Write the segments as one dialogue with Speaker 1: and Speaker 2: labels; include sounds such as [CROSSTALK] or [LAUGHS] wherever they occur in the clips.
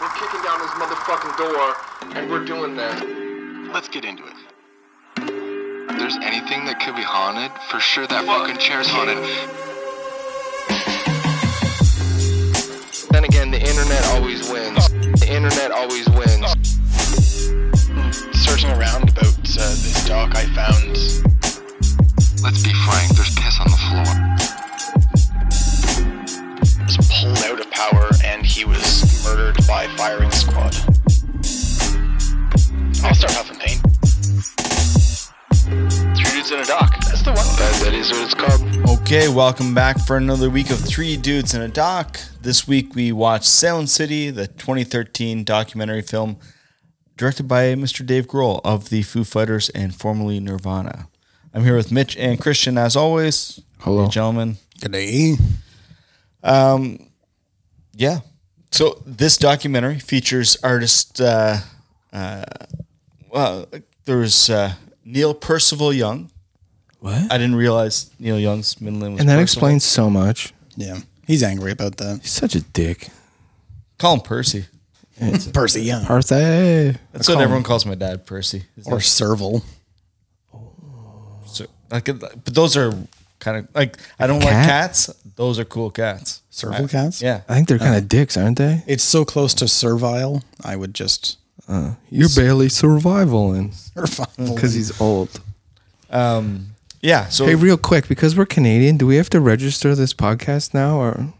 Speaker 1: We're kicking down this motherfucking door, and we're doing this.
Speaker 2: Let's get into it. If there's anything that could be haunted, for sure that fucking chair's haunted. Then again, the internet always wins. The internet always wins.
Speaker 3: searching around about uh, this dock, I found
Speaker 2: Let's be frank, there's piss on the floor.
Speaker 3: was pulled out of power, and he was murdered by firing squad. I'll start huffing paint. Three dudes in a dock. That's the one.
Speaker 2: That, that is what it's called.
Speaker 4: Okay, welcome back for another week of Three Dudes in a Doc. This week we watched Sound City, the 2013 documentary film directed by Mr. Dave Grohl of the Foo Fighters and formerly Nirvana. I'm here with Mitch and Christian as always. Hello, gentlemen.
Speaker 5: Good day.
Speaker 4: Yeah. So this documentary features artist. Uh, uh, well, there's uh, Neil Percival Young.
Speaker 6: What?
Speaker 4: I didn't realize Neil Young's middle name was.
Speaker 6: and that
Speaker 4: Percival.
Speaker 6: explains so much.
Speaker 5: Yeah. He's angry about that.
Speaker 6: He's such a dick.
Speaker 4: Call him Percy.
Speaker 5: Percy Young.
Speaker 6: Percy.
Speaker 4: That's what everyone calls my dad, Percy. His
Speaker 5: or Serval.
Speaker 4: So like, but those are kind of like I don't like
Speaker 6: Cat?
Speaker 4: cats. Those are cool cats.
Speaker 5: Serval cats?
Speaker 4: Yeah,
Speaker 6: I think they're
Speaker 5: Uh,
Speaker 6: kind of dicks, aren't they?
Speaker 5: It's so close to servile, I would just
Speaker 6: You're barely survivaling
Speaker 5: servile.
Speaker 6: because he's old.
Speaker 4: yeah. So
Speaker 6: Hey, real quick, because we're Canadian, do we have to register this podcast now, or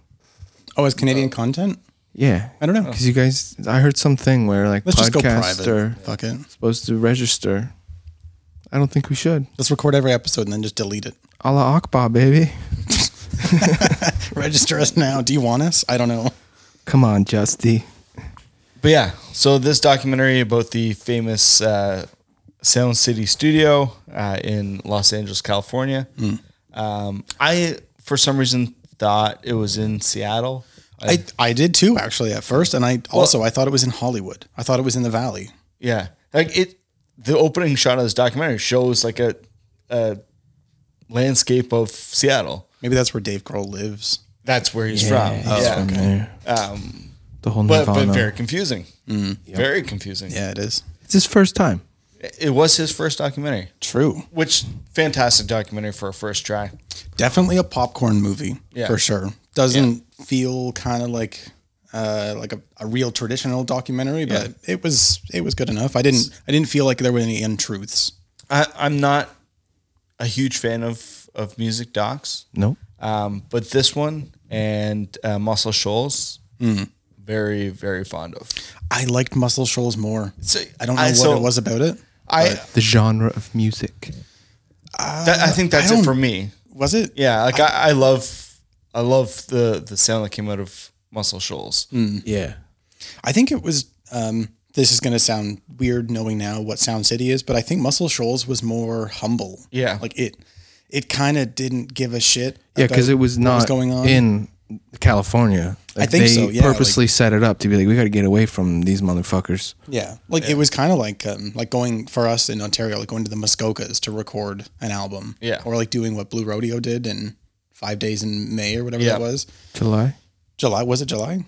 Speaker 5: Oh, as Canadian content?
Speaker 6: yeah?
Speaker 5: I don't know.
Speaker 6: Because you guys, I heard something where like
Speaker 5: Let's just go
Speaker 6: podcasts
Speaker 5: private.
Speaker 6: are
Speaker 5: Fuck it.
Speaker 6: supposed to register. I don't think we should.
Speaker 5: Let's record every episode and then just delete
Speaker 4: [LAUGHS]
Speaker 5: it.
Speaker 6: A la Akbar, baby.
Speaker 5: Register us now. Do you want us? I don't know.
Speaker 6: Come on, Justy.
Speaker 4: but yeah, so this documentary about the famous uh, Sound City Studio uh, in Los Angeles, California. Um, I for some reason thought it was in Seattle. I,
Speaker 5: I, I did too, actually, at first. And I also, I thought it was in Hollywood. I thought it was in the Valley.
Speaker 4: yeah, like it. The opening shot of this documentary shows like a, a landscape of Seattle.
Speaker 5: Maybe that's where Dave Grohl lives.
Speaker 4: That's where
Speaker 5: Oh,
Speaker 4: he's from.
Speaker 6: He's
Speaker 4: yeah.
Speaker 6: from there.
Speaker 5: Um,
Speaker 6: the whole
Speaker 4: but,
Speaker 6: Nirvana.
Speaker 4: but very confusing. Very confusing.
Speaker 5: Yeah, it is.
Speaker 6: it's his first time.
Speaker 4: It was his first documentary,
Speaker 5: True.
Speaker 4: which fantastic documentary for a first try.
Speaker 5: Definitely a popcorn movie
Speaker 4: Yeah.
Speaker 5: for sure. Doesn't feel kind of like uh, like a, a real traditional documentary, but it was it was good enough. I didn't I didn't feel like there were any untruths.
Speaker 4: I, I'm not a huge fan of of music docs,
Speaker 6: Nope.
Speaker 5: Uh,
Speaker 4: um, but this one and uh, Muscle Shoals, very very fond of.
Speaker 5: I liked Muscle Shoals more.
Speaker 4: So,
Speaker 5: I don't know
Speaker 4: I-
Speaker 5: what
Speaker 4: so-
Speaker 5: it was about it.
Speaker 4: I
Speaker 6: The genre of music.
Speaker 4: that, uh, I think that's
Speaker 5: I
Speaker 4: it
Speaker 5: don't-
Speaker 4: for me.
Speaker 5: Was it?
Speaker 4: Yeah, like I, I love I love the the sound that came out of Muscle Shoals.
Speaker 6: Yeah.
Speaker 5: I think it was. Um, this is going to sound weird knowing now what Sound City is, but I think Muscle Shoals was more humble.
Speaker 4: Yeah.
Speaker 5: like it. It kind of didn't give a shit.
Speaker 6: Yeah,
Speaker 5: about
Speaker 6: because it was
Speaker 5: what
Speaker 6: not in California. Like,
Speaker 5: think
Speaker 6: they
Speaker 5: so, yeah,
Speaker 6: purposely set it up to be like, we got to get away from these motherfuckers.
Speaker 5: Yeah, like it was kind of like um, like going for us in Ontario, like going to the Muskokas to record an album.
Speaker 4: Yeah.
Speaker 5: or like doing what Blue Rodeo did in five days in May or whatever
Speaker 4: Yeah.
Speaker 5: that was.
Speaker 6: July.
Speaker 5: July was it July?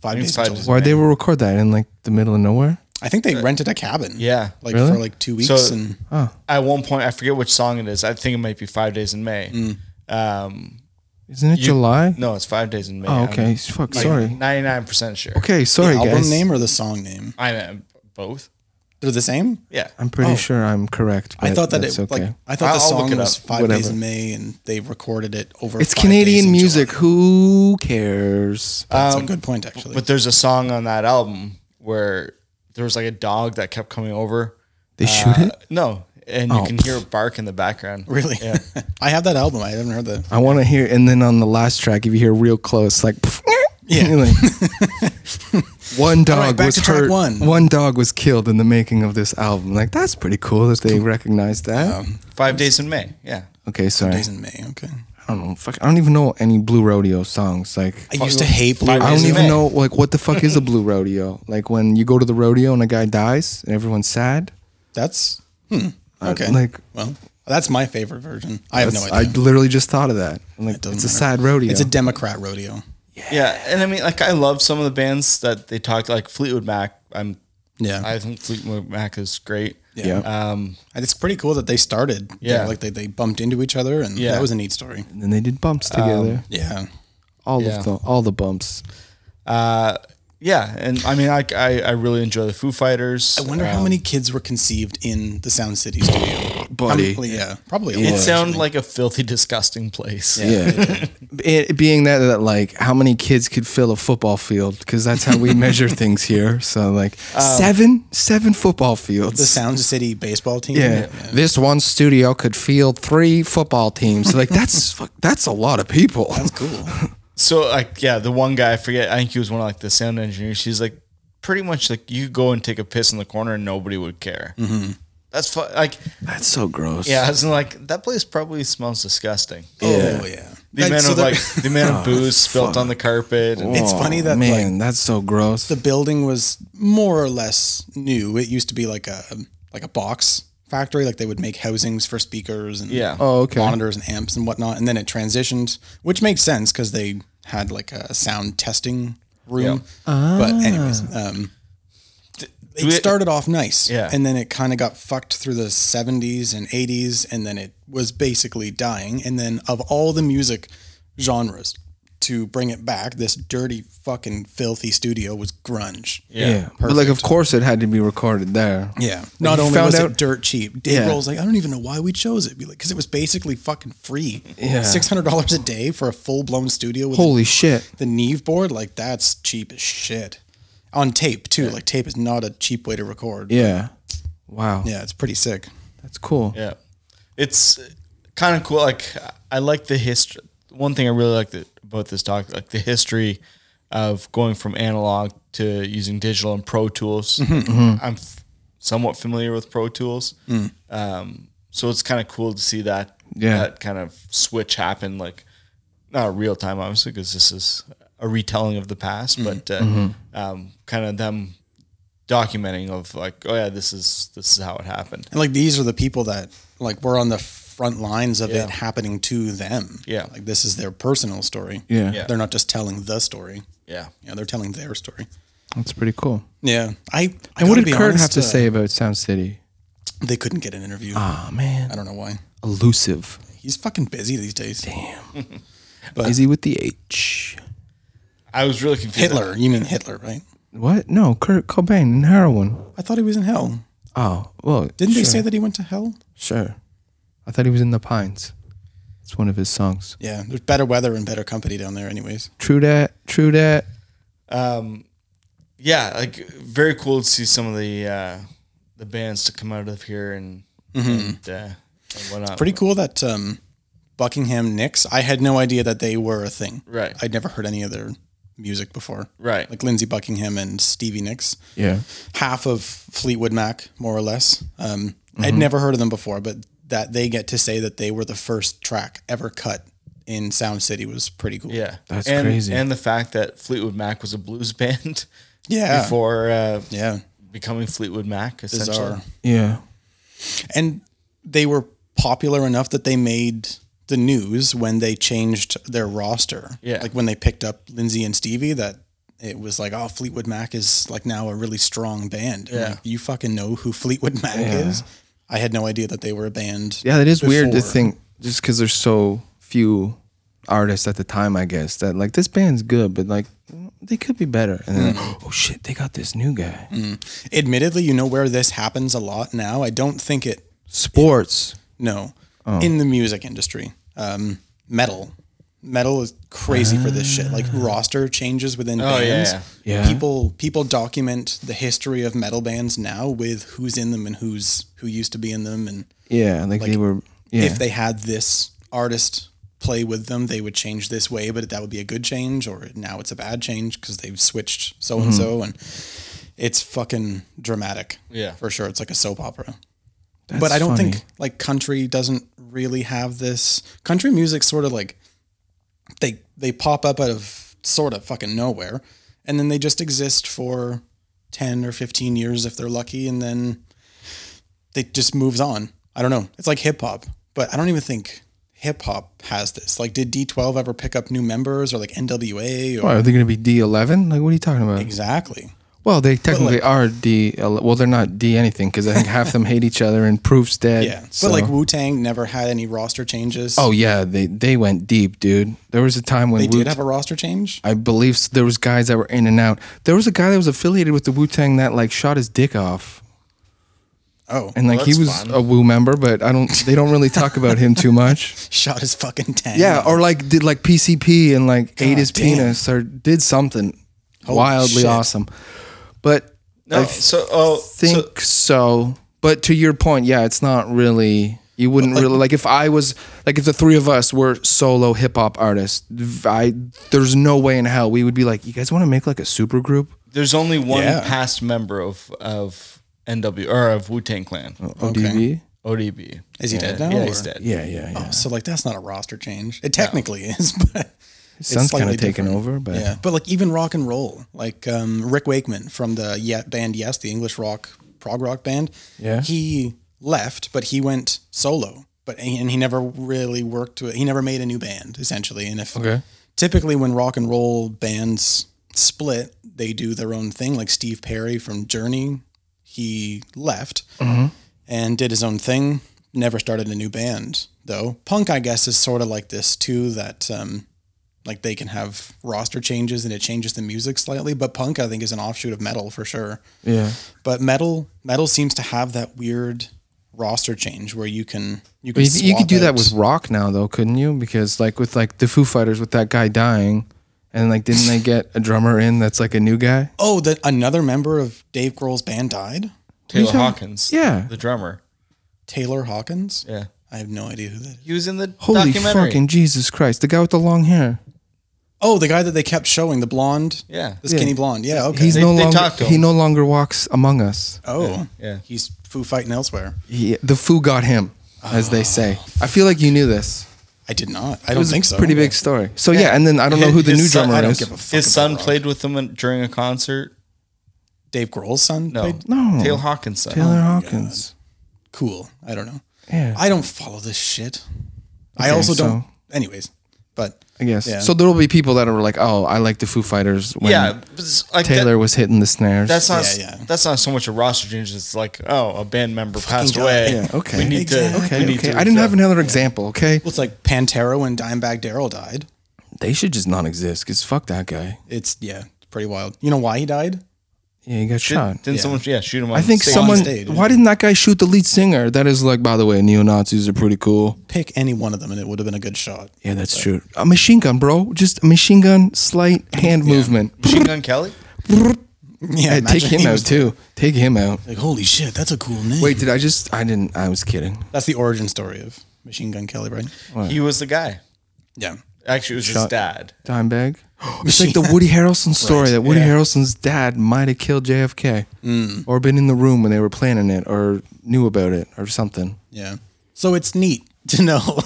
Speaker 5: Five
Speaker 4: think
Speaker 5: days.
Speaker 4: it's five
Speaker 5: in July.
Speaker 4: days.
Speaker 6: Why they will record that in like the middle of nowhere?
Speaker 5: I think they rented a cabin.
Speaker 4: Yeah.
Speaker 5: like
Speaker 6: Really?
Speaker 5: for like two weeks.
Speaker 4: So-
Speaker 5: and
Speaker 4: At one point, I forget which song it is. I think it might be Five Days in May. Um,
Speaker 6: Isn't it
Speaker 4: You-
Speaker 6: July?
Speaker 4: No, it's five days in May. Um,
Speaker 6: Oh, okay. Fuck. sorry.
Speaker 4: Ninety-nine percent sure.
Speaker 6: Okay. Sorry,
Speaker 5: the album
Speaker 6: guys.
Speaker 5: name or the song name?
Speaker 4: I mean, both.
Speaker 5: They're the same.
Speaker 4: Yeah.
Speaker 6: I'm pretty sure I'm correct.
Speaker 5: Oh. I
Speaker 6: but
Speaker 5: thought that
Speaker 6: that's
Speaker 5: it
Speaker 6: okay.
Speaker 5: like I
Speaker 4: I'll-
Speaker 5: thought the
Speaker 4: I'll look
Speaker 5: song
Speaker 4: it
Speaker 5: was
Speaker 4: up.
Speaker 5: five days
Speaker 6: Whatever.
Speaker 5: in May, and they recorded it over.
Speaker 6: it's
Speaker 5: five days in
Speaker 6: Canadian music.
Speaker 5: July. Uh,
Speaker 6: Who cares?
Speaker 5: That's a good point, actually.
Speaker 4: Um, But there's a song on that album where there was like a dog that kept coming over.
Speaker 6: They shoot it.
Speaker 4: No, and you can hear it bark in the background.
Speaker 5: Oh. really,
Speaker 4: Yeah.
Speaker 5: [LAUGHS] I have that album. I haven't heard that.
Speaker 6: I want to hear, and then on the last track, if you hear real close, like, [LAUGHS] yeah,
Speaker 5: [LAUGHS]
Speaker 6: one dog
Speaker 5: All right, back
Speaker 6: was
Speaker 5: to track
Speaker 6: hurt.
Speaker 5: one.
Speaker 6: dog was killed in the making of this album. Like, that's pretty cool that they recognized that.
Speaker 4: Five days in May. Yeah.
Speaker 6: okay, sorry.
Speaker 5: Days in May. Okay.
Speaker 6: I don't know. Fuck, I don't even know any Blue Rodeo songs. Like,
Speaker 5: I used to hate Blue.
Speaker 4: Five
Speaker 6: I
Speaker 5: Rodeo.
Speaker 4: Days
Speaker 6: don't
Speaker 4: in
Speaker 6: even
Speaker 4: May.
Speaker 6: know like what the fuck
Speaker 5: [LAUGHS]
Speaker 6: is a Blue Rodeo. Like when you go to the rodeo and a guy dies and everyone's sad.
Speaker 5: That's hmm. okay.
Speaker 6: like-
Speaker 5: well, that's my favorite version. I have no
Speaker 6: That's- I
Speaker 5: idea.
Speaker 6: literally just thought of that. I'm like,
Speaker 5: doesn't
Speaker 6: it's a
Speaker 5: matter.
Speaker 6: sad rodeo.
Speaker 5: it's a Democrat rodeo.
Speaker 4: Yeah, and I mean, like, I love some of the bands that they talked like Fleetwood Mac. I'm,
Speaker 5: Yeah.
Speaker 4: I think Fleetwood Mac is great.
Speaker 5: yeah. And it's pretty cool that they started. you
Speaker 4: Yeah.
Speaker 5: know, like they, they bumped into each other and
Speaker 4: Yeah.
Speaker 5: that was a neat story.
Speaker 6: And then they did bumps together.
Speaker 5: Um, Yeah.
Speaker 6: all
Speaker 4: yeah.
Speaker 6: of the all the bumps.
Speaker 4: Yeah, and I mean, I, I, I really enjoy the Foo Fighters. Um,
Speaker 5: I wonder how many kids were conceived in the Sound City studio.
Speaker 6: Buddy.
Speaker 5: Probably, yeah. Probably a
Speaker 4: It
Speaker 5: lot.
Speaker 4: sounded like a filthy, disgusting place.
Speaker 6: Yeah. [LAUGHS] it, being that that like how many kids could fill a football field because that's how we measure things here. So like seven seven football fields.
Speaker 5: Uh, the Sound City baseball team.
Speaker 6: yeah. This one studio could field three football teams. [LAUGHS] Like that's fuck, that's a lot of people.
Speaker 5: Cool.
Speaker 4: So like yeah, the one guy I forget, I think he was one of like the sound engineers. She's like pretty much like you could go and take a piss in the corner and nobody would care. That's fu- like
Speaker 6: That's so gross.
Speaker 4: Mm-hmm. yeah, I was like that place probably smells disgusting.
Speaker 5: Oh, yeah.
Speaker 4: The amount of like Oh, the amount [LAUGHS] of booze spilt on the carpet. and-
Speaker 5: [LAUGHS] It's funny that,
Speaker 6: man, that's so gross.
Speaker 5: the building was more or less new. It used to be like a like a box factory. Like they would make housings for speakers and
Speaker 4: Yeah.
Speaker 6: Oh, okay.
Speaker 5: monitors and amps and whatnot. And then it transitioned, which makes sense because they had like a sound testing room. But anyways,
Speaker 6: Ah.
Speaker 5: um, it
Speaker 4: we-
Speaker 5: started off nice,
Speaker 4: Yeah.
Speaker 5: and then it kind of got fucked through the '70s and '80s, and then it was basically dying. And then of all the music genres to bring it back, this dirty fucking filthy studio was grunge.
Speaker 6: yeah. But like of course it had to be recorded there.
Speaker 5: Yeah. Not
Speaker 6: you
Speaker 5: only
Speaker 6: found
Speaker 5: was
Speaker 6: out-
Speaker 5: it dirt cheap, Dave
Speaker 6: Yeah.
Speaker 5: Grohl's like, I don't even know why we chose it. Be like, because it was basically fucking free.
Speaker 6: Yeah.
Speaker 5: Six hundred dollars a day for a full blown studio with
Speaker 6: Holy shit.
Speaker 5: the Neve board, like that's cheap as shit. On tape too. Like tape is not a cheap way to record.
Speaker 6: Yeah. Wow.
Speaker 5: Yeah, it's pretty sick.
Speaker 6: That's cool.
Speaker 4: Yeah. It's kind of cool. Like I like the history. One thing I really like that, about this talk, like the history of going from analog to using digital and Pro Tools. I'm f- somewhat familiar with Pro Tools, um, so it's kind of cool to see that
Speaker 6: Yeah.
Speaker 4: that kind of switch happen. Like not real time, obviously, because this is a retelling of the past, but uh, um, kind of them documenting of like, oh yeah, this is this is how it happened.
Speaker 5: And like these are the people that like were on the front lines of it happening to them.
Speaker 4: Yeah.
Speaker 5: Like this is their personal story.
Speaker 6: Yeah.
Speaker 4: Yeah.
Speaker 5: They're not just telling the story.
Speaker 4: Yeah.
Speaker 5: Yeah, they're telling their story.
Speaker 6: That's pretty cool.
Speaker 5: Yeah. I, I
Speaker 6: And what
Speaker 5: gotta
Speaker 6: did
Speaker 5: be
Speaker 6: Kurt have
Speaker 5: honest,
Speaker 6: to
Speaker 5: uh,
Speaker 6: say about Sound City?
Speaker 5: They couldn't get an interview.
Speaker 6: Oh man.
Speaker 5: I don't know why.
Speaker 6: Elusive.
Speaker 5: He's fucking busy these days. Damn.
Speaker 6: Busy with the H.
Speaker 4: I was really confused.
Speaker 5: Hitler. You mean Hitler, right?
Speaker 6: What? No, Kurt Cobain and heroin.
Speaker 5: I thought he was in hell.
Speaker 6: Oh, well.
Speaker 5: Didn't they
Speaker 6: sure,
Speaker 5: say that he went to hell?
Speaker 6: Sure. I thought he was in the Pines. It's one of his songs.
Speaker 5: Yeah. There's better weather and better company down there, anyways.
Speaker 6: True dat. True dat.
Speaker 4: yeah, like very cool to see some of the uh, the bands to come out of here and and, uh, and whatnot.
Speaker 5: Mm-hmm. Pretty cool that um, Buckingham Nicks. I had no idea that they were a thing.
Speaker 4: Right.
Speaker 5: I'd never heard any of their music before.
Speaker 4: Right.
Speaker 5: Like Lindsey Buckingham and Stevie Nicks.
Speaker 6: Yeah.
Speaker 5: half of Fleetwood Mac, more or less. Um, I'd
Speaker 4: Mm-hmm.
Speaker 5: never heard of them before, but that they get to say that they were the first track ever cut in Sound City was pretty cool.
Speaker 4: yeah,
Speaker 6: That's
Speaker 4: and,
Speaker 6: crazy.
Speaker 4: And the fact that Fleetwood Mac was a blues [LAUGHS] band
Speaker 5: Yeah.
Speaker 4: before uh,
Speaker 5: Yeah.
Speaker 4: becoming Fleetwood Mac, essentially.
Speaker 5: Bizarre.
Speaker 6: Yeah.
Speaker 5: And they were popular enough that they made the news when they changed their roster.
Speaker 4: Yeah.
Speaker 5: Like when they picked up Lindsey and Stevie, that it was like, oh, Fleetwood Mac is like now a really strong band. Yeah. you fucking know who Fleetwood Mac is. I had no idea that they were a band.
Speaker 6: Yeah, that is weird to
Speaker 5: before.
Speaker 6: think just because there's so few artists at the time, I guess, that like this band's good, but like they could be better. And then, like, oh shit, they got this new guy.
Speaker 5: Admittedly, you know where this happens a lot now. I don't think it.
Speaker 6: Sports.
Speaker 5: No, in the music industry, um, metal, metal is crazy for this shit. Like roster changes within bands.
Speaker 4: yeah,
Speaker 6: Oh, yeah. Yeah.
Speaker 5: People people document the history of metal bands now with who's in them and who's who used to be in them, and
Speaker 6: Yeah. Like, they were. Yeah.
Speaker 5: if they had this artist play with them, they would change this way, but that would be a good change, or now it's a bad change because they've switched so and so, and it's fucking dramatic.
Speaker 4: Yeah.
Speaker 5: for sure. It's like a soap opera.
Speaker 6: That's
Speaker 5: but I don't
Speaker 6: funny.
Speaker 5: think like country doesn't really have this. Country music sort of like they they pop up out of sort of fucking nowhere, and then they just exist for ten or fifteen years if they're lucky, and then they just moves on. I don't know. It's like hip hop, but I don't even think hip hop has this? Like, did D12 ever pick up new members or like NWA? Or,
Speaker 6: Why, are they going to be D11? Like, what are you talking about?
Speaker 5: Exactly.
Speaker 6: Well, they technically are D. Well, they're not D anything because I think half them hate each other and Proof's dead.
Speaker 5: Yeah. But
Speaker 6: so-
Speaker 5: like Wu Tang never had any roster changes.
Speaker 6: oh yeah, they they went deep, dude. There was a time when
Speaker 5: they
Speaker 6: Wu-
Speaker 5: did have a roster change?
Speaker 6: I believe s- there was guys that were in and out. There was a guy that was affiliated with the Wu Tang that like shot his dick off,
Speaker 5: Oh,
Speaker 6: and like
Speaker 4: Well,
Speaker 6: he
Speaker 4: that's
Speaker 6: was
Speaker 4: fun.
Speaker 6: a Wu member, but I don't. They don't really talk about him too
Speaker 5: [LAUGHS]
Speaker 6: much.
Speaker 5: shot his fucking tank.
Speaker 6: Yeah, or like did like PCP and like ate
Speaker 5: God
Speaker 6: his
Speaker 5: damn.
Speaker 6: penis or did something
Speaker 5: Holy
Speaker 6: wildly
Speaker 5: shit.
Speaker 6: awesome. But
Speaker 4: No,
Speaker 6: I
Speaker 4: so oh, so,
Speaker 6: think so. But to your point, yeah, it's not really. You wouldn't really like if I was like if the three of us were solo hip hop artists. v- I there's no way in hell we would be like, you guys want to make like a super group?
Speaker 4: there's only one
Speaker 5: Yeah.
Speaker 4: past member of of NW or of Wu Tang Clan,
Speaker 6: ODB.
Speaker 4: ODB.
Speaker 5: Is he
Speaker 4: Yeah.
Speaker 5: Oh. dead now,
Speaker 4: Yeah, he's
Speaker 5: or- Oh,
Speaker 4: dead.
Speaker 6: Yeah, yeah, yeah.
Speaker 5: So like that's not a roster change. It technically [LAUGHS] is, but
Speaker 6: His son's kind
Speaker 5: slightly
Speaker 6: of taken
Speaker 5: different.
Speaker 6: over, but
Speaker 5: yeah. But like even rock and roll, like um, Rick Wakeman from the Ye- band Yes, the English rock prog rock band.
Speaker 6: Yeah.
Speaker 5: He left, but he went solo. But and he never really worked with. He never made a new band essentially. And if
Speaker 6: Okay.
Speaker 5: typically when rock and roll bands split, they do their own thing. Like Steve Perry from Journey, he left
Speaker 6: Mm-hmm.
Speaker 5: and did his own thing. Never started a new band though. Punk, I guess, is sort of like this too. That um, like they can have roster changes and it changes the music slightly. But punk, I think, is an offshoot of metal for sure.
Speaker 6: yeah.
Speaker 5: But metal, metal seems to have that weird roster change where you can you
Speaker 6: But
Speaker 5: can
Speaker 6: you, you could
Speaker 5: swap
Speaker 6: do that
Speaker 5: out-
Speaker 6: with rock now, though, couldn't you? Because like with like the Foo Fighters with that guy dying, and like didn't they get a drummer in that's like a new guy?
Speaker 5: oh that another member of Dave Grohl's band died.
Speaker 4: Taylor Hawkins,
Speaker 6: Yeah.
Speaker 4: the drummer.
Speaker 5: Taylor Hawkins.
Speaker 4: Yeah,
Speaker 5: I have no idea who that is.
Speaker 4: he was in the
Speaker 6: Holy
Speaker 4: documentary.
Speaker 6: fucking Jesus Christ! The guy with the long hair.
Speaker 5: Oh, the guy that they kept showing, the blonde.
Speaker 4: Yeah.
Speaker 5: The skinny
Speaker 6: Yeah.
Speaker 5: blonde. Yeah, okay.
Speaker 6: He's
Speaker 4: They-
Speaker 6: no
Speaker 4: they
Speaker 6: longer
Speaker 4: talked to
Speaker 6: he
Speaker 4: him.
Speaker 6: no longer walks among us.
Speaker 5: oh.
Speaker 4: Yeah.
Speaker 5: He's foo fighting elsewhere.
Speaker 6: He, the foo got him, as they say. I feel like you knew this.
Speaker 5: I did not. I
Speaker 6: It
Speaker 5: don't
Speaker 6: was
Speaker 5: think
Speaker 6: a
Speaker 5: so.
Speaker 6: pretty big story. So yeah, and then I don't know
Speaker 4: His-
Speaker 6: who the
Speaker 4: his
Speaker 6: new
Speaker 4: son-
Speaker 6: drummer
Speaker 5: I don't
Speaker 6: is.
Speaker 5: give a fuck.
Speaker 4: His
Speaker 5: about
Speaker 4: son
Speaker 5: rock.
Speaker 4: played with them in- during a concert.
Speaker 5: Dave Grohl's son
Speaker 4: No,
Speaker 5: played
Speaker 6: No.
Speaker 4: Taylor Hawkins. son.
Speaker 6: Taylor Hawkins.
Speaker 5: cool. I don't know.
Speaker 6: Yeah, I,
Speaker 5: I don't follow this shit. I
Speaker 6: Okay,
Speaker 5: also don't
Speaker 6: so-
Speaker 5: anyways. But
Speaker 6: guess.
Speaker 5: yeah.
Speaker 6: So there will be people that are like, "Oh, I like the Foo Fighters." When
Speaker 4: Yeah, but it's like
Speaker 6: Taylor
Speaker 4: that-
Speaker 6: was hitting the snares.
Speaker 4: that's not
Speaker 5: Yeah, yeah.
Speaker 4: that's not so much a roster change. It's like oh, a band member passed
Speaker 5: guy.
Speaker 4: away.
Speaker 5: Yeah,
Speaker 6: okay.
Speaker 4: we need to.
Speaker 5: Exactly.
Speaker 6: okay.
Speaker 4: we need
Speaker 6: okay.
Speaker 4: to
Speaker 6: I didn't
Speaker 4: refill.
Speaker 6: have another example. Okay,
Speaker 5: well, it's like Pantera when Dimebag Daryl died.
Speaker 6: they should just not exist because fuck that guy.
Speaker 5: It's yeah, pretty wild. You know why he died?
Speaker 6: Yeah, he got
Speaker 4: Did,
Speaker 6: shot.
Speaker 4: Didn't someone? Yeah, shoot him. On
Speaker 6: I think
Speaker 4: stage.
Speaker 6: someone.
Speaker 5: stage,
Speaker 6: why didn't that guy shoot the lead singer? That is like, by the way, neo Nazis are pretty cool.
Speaker 5: Pick any one of them and it would have been a good shot.
Speaker 6: Yeah, that's true. A machine gun, bro. Just a machine gun, slight hand movement. [LAUGHS]
Speaker 4: Machine Gun Kelly.
Speaker 5: [LAUGHS] Yeah,
Speaker 6: Hey, take
Speaker 5: imagine
Speaker 6: him
Speaker 5: he
Speaker 6: out
Speaker 5: was
Speaker 6: too. Take him out.
Speaker 5: Like, holy shit, that's a cool
Speaker 6: [LAUGHS]
Speaker 5: name.
Speaker 6: Wait, did I just? I didn't. I was kidding.
Speaker 5: That's the origin story of Machine Gun Kelly, right?
Speaker 4: He was the guy.
Speaker 5: Yeah.
Speaker 4: Actually, it was his
Speaker 6: Shot.
Speaker 4: dad.
Speaker 6: [GASPS] Dimebag. It's like the Woody Harrelson story that Woody Harrelson's dad might have killed JFK or been in the room when they were planning it or knew about it or something.
Speaker 5: Yeah. So it's neat [LAUGHS] to know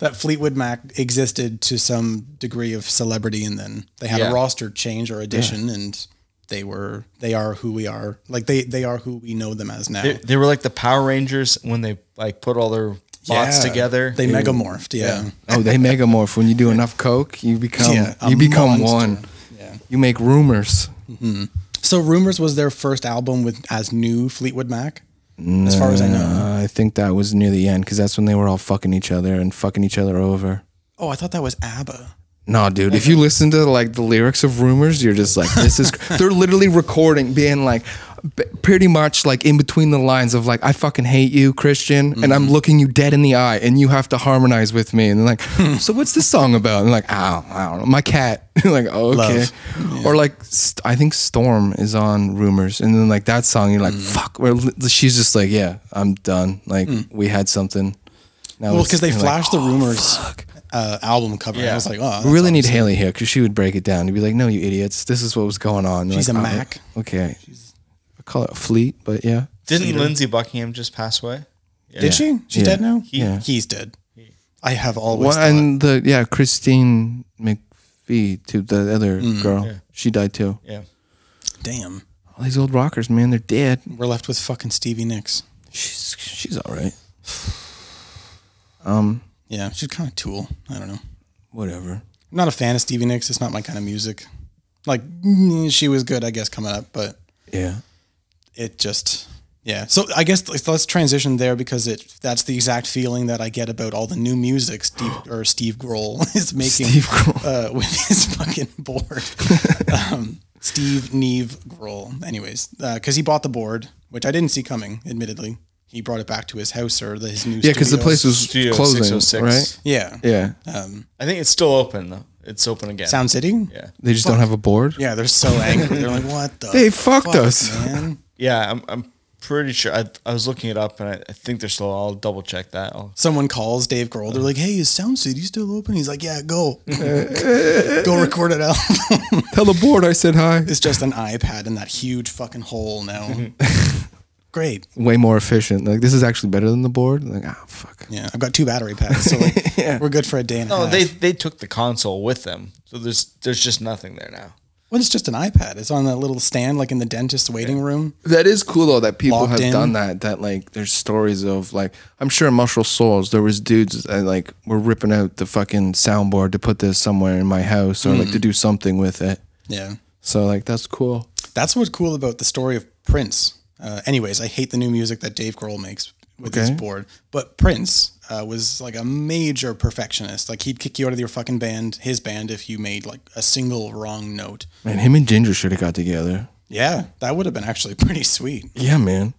Speaker 5: that Fleetwood Mac existed to some degree of celebrity and then they had
Speaker 4: Yeah.
Speaker 5: a roster change or addition and they were they are who we are. Like they they are who we know them as now.
Speaker 4: They, they were like the Power Rangers when they like put all their bots
Speaker 5: Yeah.
Speaker 4: together.
Speaker 5: They megamorphed, yeah.
Speaker 6: Oh, [LAUGHS] they megamorph. When you do enough coke, you become
Speaker 5: Yeah, a
Speaker 6: you become
Speaker 5: monster.
Speaker 6: one. You make rumors.
Speaker 5: So Rumors was their first album with as new Fleetwood Mac. As far as I know.
Speaker 6: Uh, I think that was near the end because that's when they were all fucking each other and fucking each other over.
Speaker 5: Oh, I thought that was ABBA.
Speaker 6: No, dude. If you listen to like the lyrics of Rumors, you're just like, this is. they're literally recording, being like, b- pretty much like in between the lines of like, I fucking hate you, Christian, and
Speaker 5: Mm-hmm.
Speaker 6: I'm looking you dead in the eye, and you have to harmonize with me. And they're like,
Speaker 5: Hmm.
Speaker 6: so what's this song about? And like, oh, I don't know, my cat. [LAUGHS] like, oh, okay.
Speaker 5: Love.
Speaker 6: Or like, st- I think Storm is on Rumors, and then like that song, you're like,
Speaker 5: Mm.
Speaker 6: fuck. Where li- she's just like, yeah, I'm done. Like we had something. Now
Speaker 5: Well,
Speaker 6: it's-
Speaker 5: because they
Speaker 6: you're like,
Speaker 5: flashed the Rumors uh, album cover. I was like, oh,
Speaker 6: we
Speaker 5: that's
Speaker 6: really need Haley here because she would break it down. You'd be like, "No, you idiots! This is what was going on." You're
Speaker 5: She's
Speaker 6: like,
Speaker 5: a
Speaker 6: "Oh,
Speaker 5: Mac."
Speaker 6: Okay, I call it a fleet, but yeah,
Speaker 4: Didn't Lindsey Buckingham just pass away?
Speaker 5: Did she? She's
Speaker 6: Yeah.
Speaker 5: dead now?
Speaker 6: Yeah.
Speaker 5: He's dead. I have
Speaker 6: well,
Speaker 5: always thought,
Speaker 6: and the yeah Christine McVie to the other
Speaker 5: Mm,
Speaker 6: girl, she died too.
Speaker 4: Yeah.
Speaker 5: damn,
Speaker 6: All these old rockers, man, they're dead.
Speaker 5: we're left with fucking Stevie Nicks.
Speaker 6: She's she's all right. Um,
Speaker 5: Yeah, she's kind of tool. I don't know.
Speaker 6: Whatever.
Speaker 5: I'm not a fan of Stevie Nicks. It's not my kind of music. Like mm, she was good, I guess, coming up, but
Speaker 6: Yeah.
Speaker 5: it just yeah. So I guess let's- let's transition there because it that's the exact feeling that I get about all the new music Steve or Steve Grohl [LAUGHS] is making
Speaker 6: Steve Grohl.
Speaker 5: Uh, with his fucking
Speaker 6: [LAUGHS]
Speaker 5: board. um, Steve Neve Grohl. Anyways, because he bought the board, which I didn't see coming. Admittedly, he brought it back to his house or the, his new
Speaker 6: Yeah, because the
Speaker 5: studios. oh
Speaker 6: place was
Speaker 4: Studio
Speaker 6: closing,
Speaker 4: 606.
Speaker 6: right?
Speaker 5: yeah um,
Speaker 6: Yeah.
Speaker 4: I think it's still open though. It's open again.
Speaker 5: Sound City.
Speaker 4: Yeah.
Speaker 6: They just don't have a board.
Speaker 5: Yeah, they're so angry. They're like, "What the?
Speaker 6: They fucked us.
Speaker 5: man!"
Speaker 4: Yeah, I'm I'm pretty sure. I I was looking it up, and I, I think they're still. I'll double check that. I'll,
Speaker 5: Someone calls Dave Grohl. They're like, "Hey, is Sound City still open?" He's like, "Yeah, go, go record it out." [LAUGHS]
Speaker 6: Tell the board I said hi.
Speaker 5: it's just an iPad in that huge fucking hole now. [LAUGHS] Great.
Speaker 6: Way more efficient. Like this is actually better than the board. Like ah fuck.
Speaker 5: Yeah, I've got two battery pads, so like, we're good for a day and a
Speaker 4: no,
Speaker 5: half.
Speaker 4: Oh, they they took the console with them, so there's there's just nothing there now.
Speaker 5: well, it's just an iPad. It's on that little stand, like in the dentist's waiting room.
Speaker 6: That is cool though that people
Speaker 5: Locked
Speaker 6: have
Speaker 5: in.
Speaker 6: done that. That like there's stories of like I'm sure in Muscle Souls there was dudes that like were ripping out the fucking soundboard to put this somewhere in my house or like
Speaker 5: Mm.
Speaker 6: to do something with it.
Speaker 5: Yeah,
Speaker 6: So like that's cool.
Speaker 5: that's what's cool about the story of Prince. Uh, anyways, I hate the new music that Dave Grohl makes with his
Speaker 6: Okay.
Speaker 5: board, but Prince uh, was like a major perfectionist. Like he'd kick you out of your fucking band, his band, if you made like a single wrong note.
Speaker 6: Man, him and Ginger should have got together.
Speaker 5: Yeah, that would have been actually [LAUGHS] pretty sweet.
Speaker 6: Yeah, man.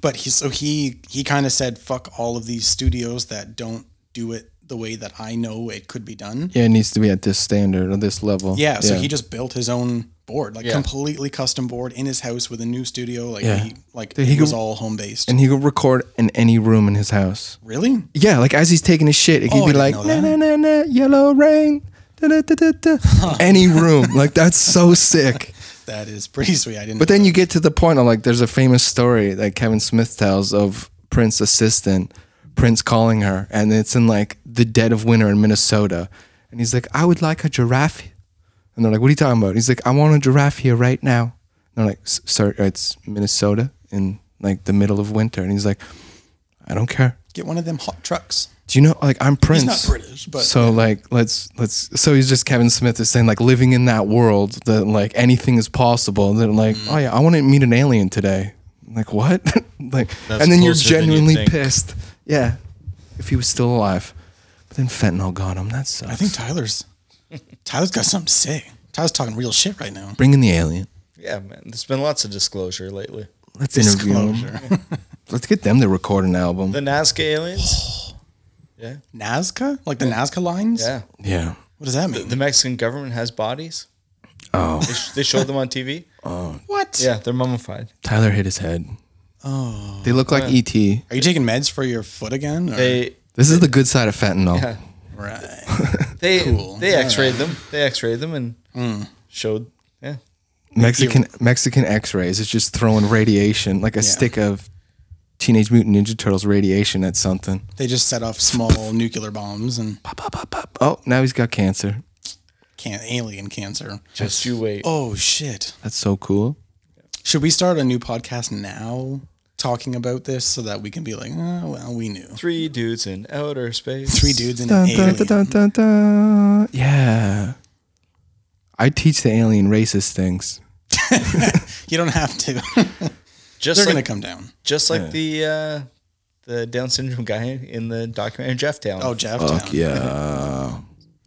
Speaker 5: but he so he he kind of said fuck all of these studios that don't do it the way that I know it could be done.
Speaker 6: Yeah, it needs to be at this standard or this level.
Speaker 5: Yeah, so he just built his own board, like completely custom board in his house with a new studio. Like
Speaker 6: Yeah.
Speaker 5: he like
Speaker 6: Dude,
Speaker 5: he
Speaker 6: he
Speaker 5: it was
Speaker 6: could-
Speaker 5: all home based.
Speaker 6: and he could record in any room in his house.
Speaker 5: really?
Speaker 6: Yeah, like as he's taking his shit, he'd
Speaker 5: Oh, I
Speaker 6: be
Speaker 5: didn't
Speaker 6: like,
Speaker 5: know
Speaker 6: na
Speaker 5: that.
Speaker 6: na na na, yellow rain, da da da da da.
Speaker 5: [LAUGHS]
Speaker 6: Any room, like that's so sick.
Speaker 5: That is pretty [LAUGHS] sweet. I didn't.
Speaker 6: But then you get to the point of like, there's a famous story that Kevin Smith tells of Prince's assistant, Prince calling her, and it's in like the dead of winter in Minnesota, and he's like, I would like a giraffe, and they're like, What are you talking about? He's like, I want a giraffe here right now. And they're like, "S- Sir, it's Minnesota in like the middle of winter, and he's like, I don't care.
Speaker 5: get one of them hot trucks.
Speaker 6: Do you know like I'm Prince?
Speaker 5: not British, but-
Speaker 6: so like let's let's so he's just Kevin Smith is saying like living in that world that like anything is possible. That like
Speaker 4: Mm-hmm.
Speaker 6: oh yeah, I want to meet an alien today. Like what? [LAUGHS] like and then you're
Speaker 4: closer than you
Speaker 6: genuinely
Speaker 4: think.
Speaker 6: pissed. Yeah, if he was still alive, but then fentanyl got him. That sucks.
Speaker 5: I think Tyler's Tyler's got something to say. Tyler's talking real shit right now.
Speaker 6: bring in the alien.
Speaker 4: Yeah, man. There's been lots of disclosure lately.
Speaker 6: Let's interview
Speaker 5: [LAUGHS]
Speaker 6: him. let's get them to record an album.
Speaker 4: The Nazca aliens.
Speaker 5: Nazca, like the Nazca lines.
Speaker 4: Yeah.
Speaker 6: yeah.
Speaker 5: What does that mean?
Speaker 4: The Mexican government has bodies.
Speaker 6: Oh.
Speaker 4: They, sh- they showed them on TV.
Speaker 5: what?
Speaker 4: Yeah, they're mummified.
Speaker 6: Tyler hit his head. Oh. They look like ET.
Speaker 5: Are you taking meds for your foot again? Or?
Speaker 4: They
Speaker 6: This is the good side of fentanyl.
Speaker 5: [LAUGHS] right.
Speaker 4: they
Speaker 5: Cool. Mm.
Speaker 4: they X-rayed them. They X-rayed them and showed. Yeah.
Speaker 6: Mexican Mexican X-rays. It's just throwing radiation, like a stick of Teenage Mutant Ninja Turtles radiation at something.
Speaker 5: they just set off small nuclear bombs and
Speaker 6: Pop, pop, pop, pop. Oh, now he's got cancer.
Speaker 5: can alien cancer.
Speaker 4: Just you wait.
Speaker 5: Oh shit.
Speaker 6: That's so cool.
Speaker 5: Should we start a new podcast now talking about this so that we can be like, oh, well, we knew.
Speaker 4: Three dudes in outer space.
Speaker 5: Three dudes and
Speaker 6: Dun,
Speaker 5: an
Speaker 6: dun,
Speaker 5: alien.
Speaker 6: dun, dun, dun, dun. Yeah. I teach the alien racist things.
Speaker 5: You don't have to. [LAUGHS]
Speaker 4: Just
Speaker 5: They're
Speaker 4: like
Speaker 5: going to come down.
Speaker 4: just like the uh, the Down syndrome guy in the documentary Jeff Town.
Speaker 5: Oh, Jeff. Town.
Speaker 6: Yeah.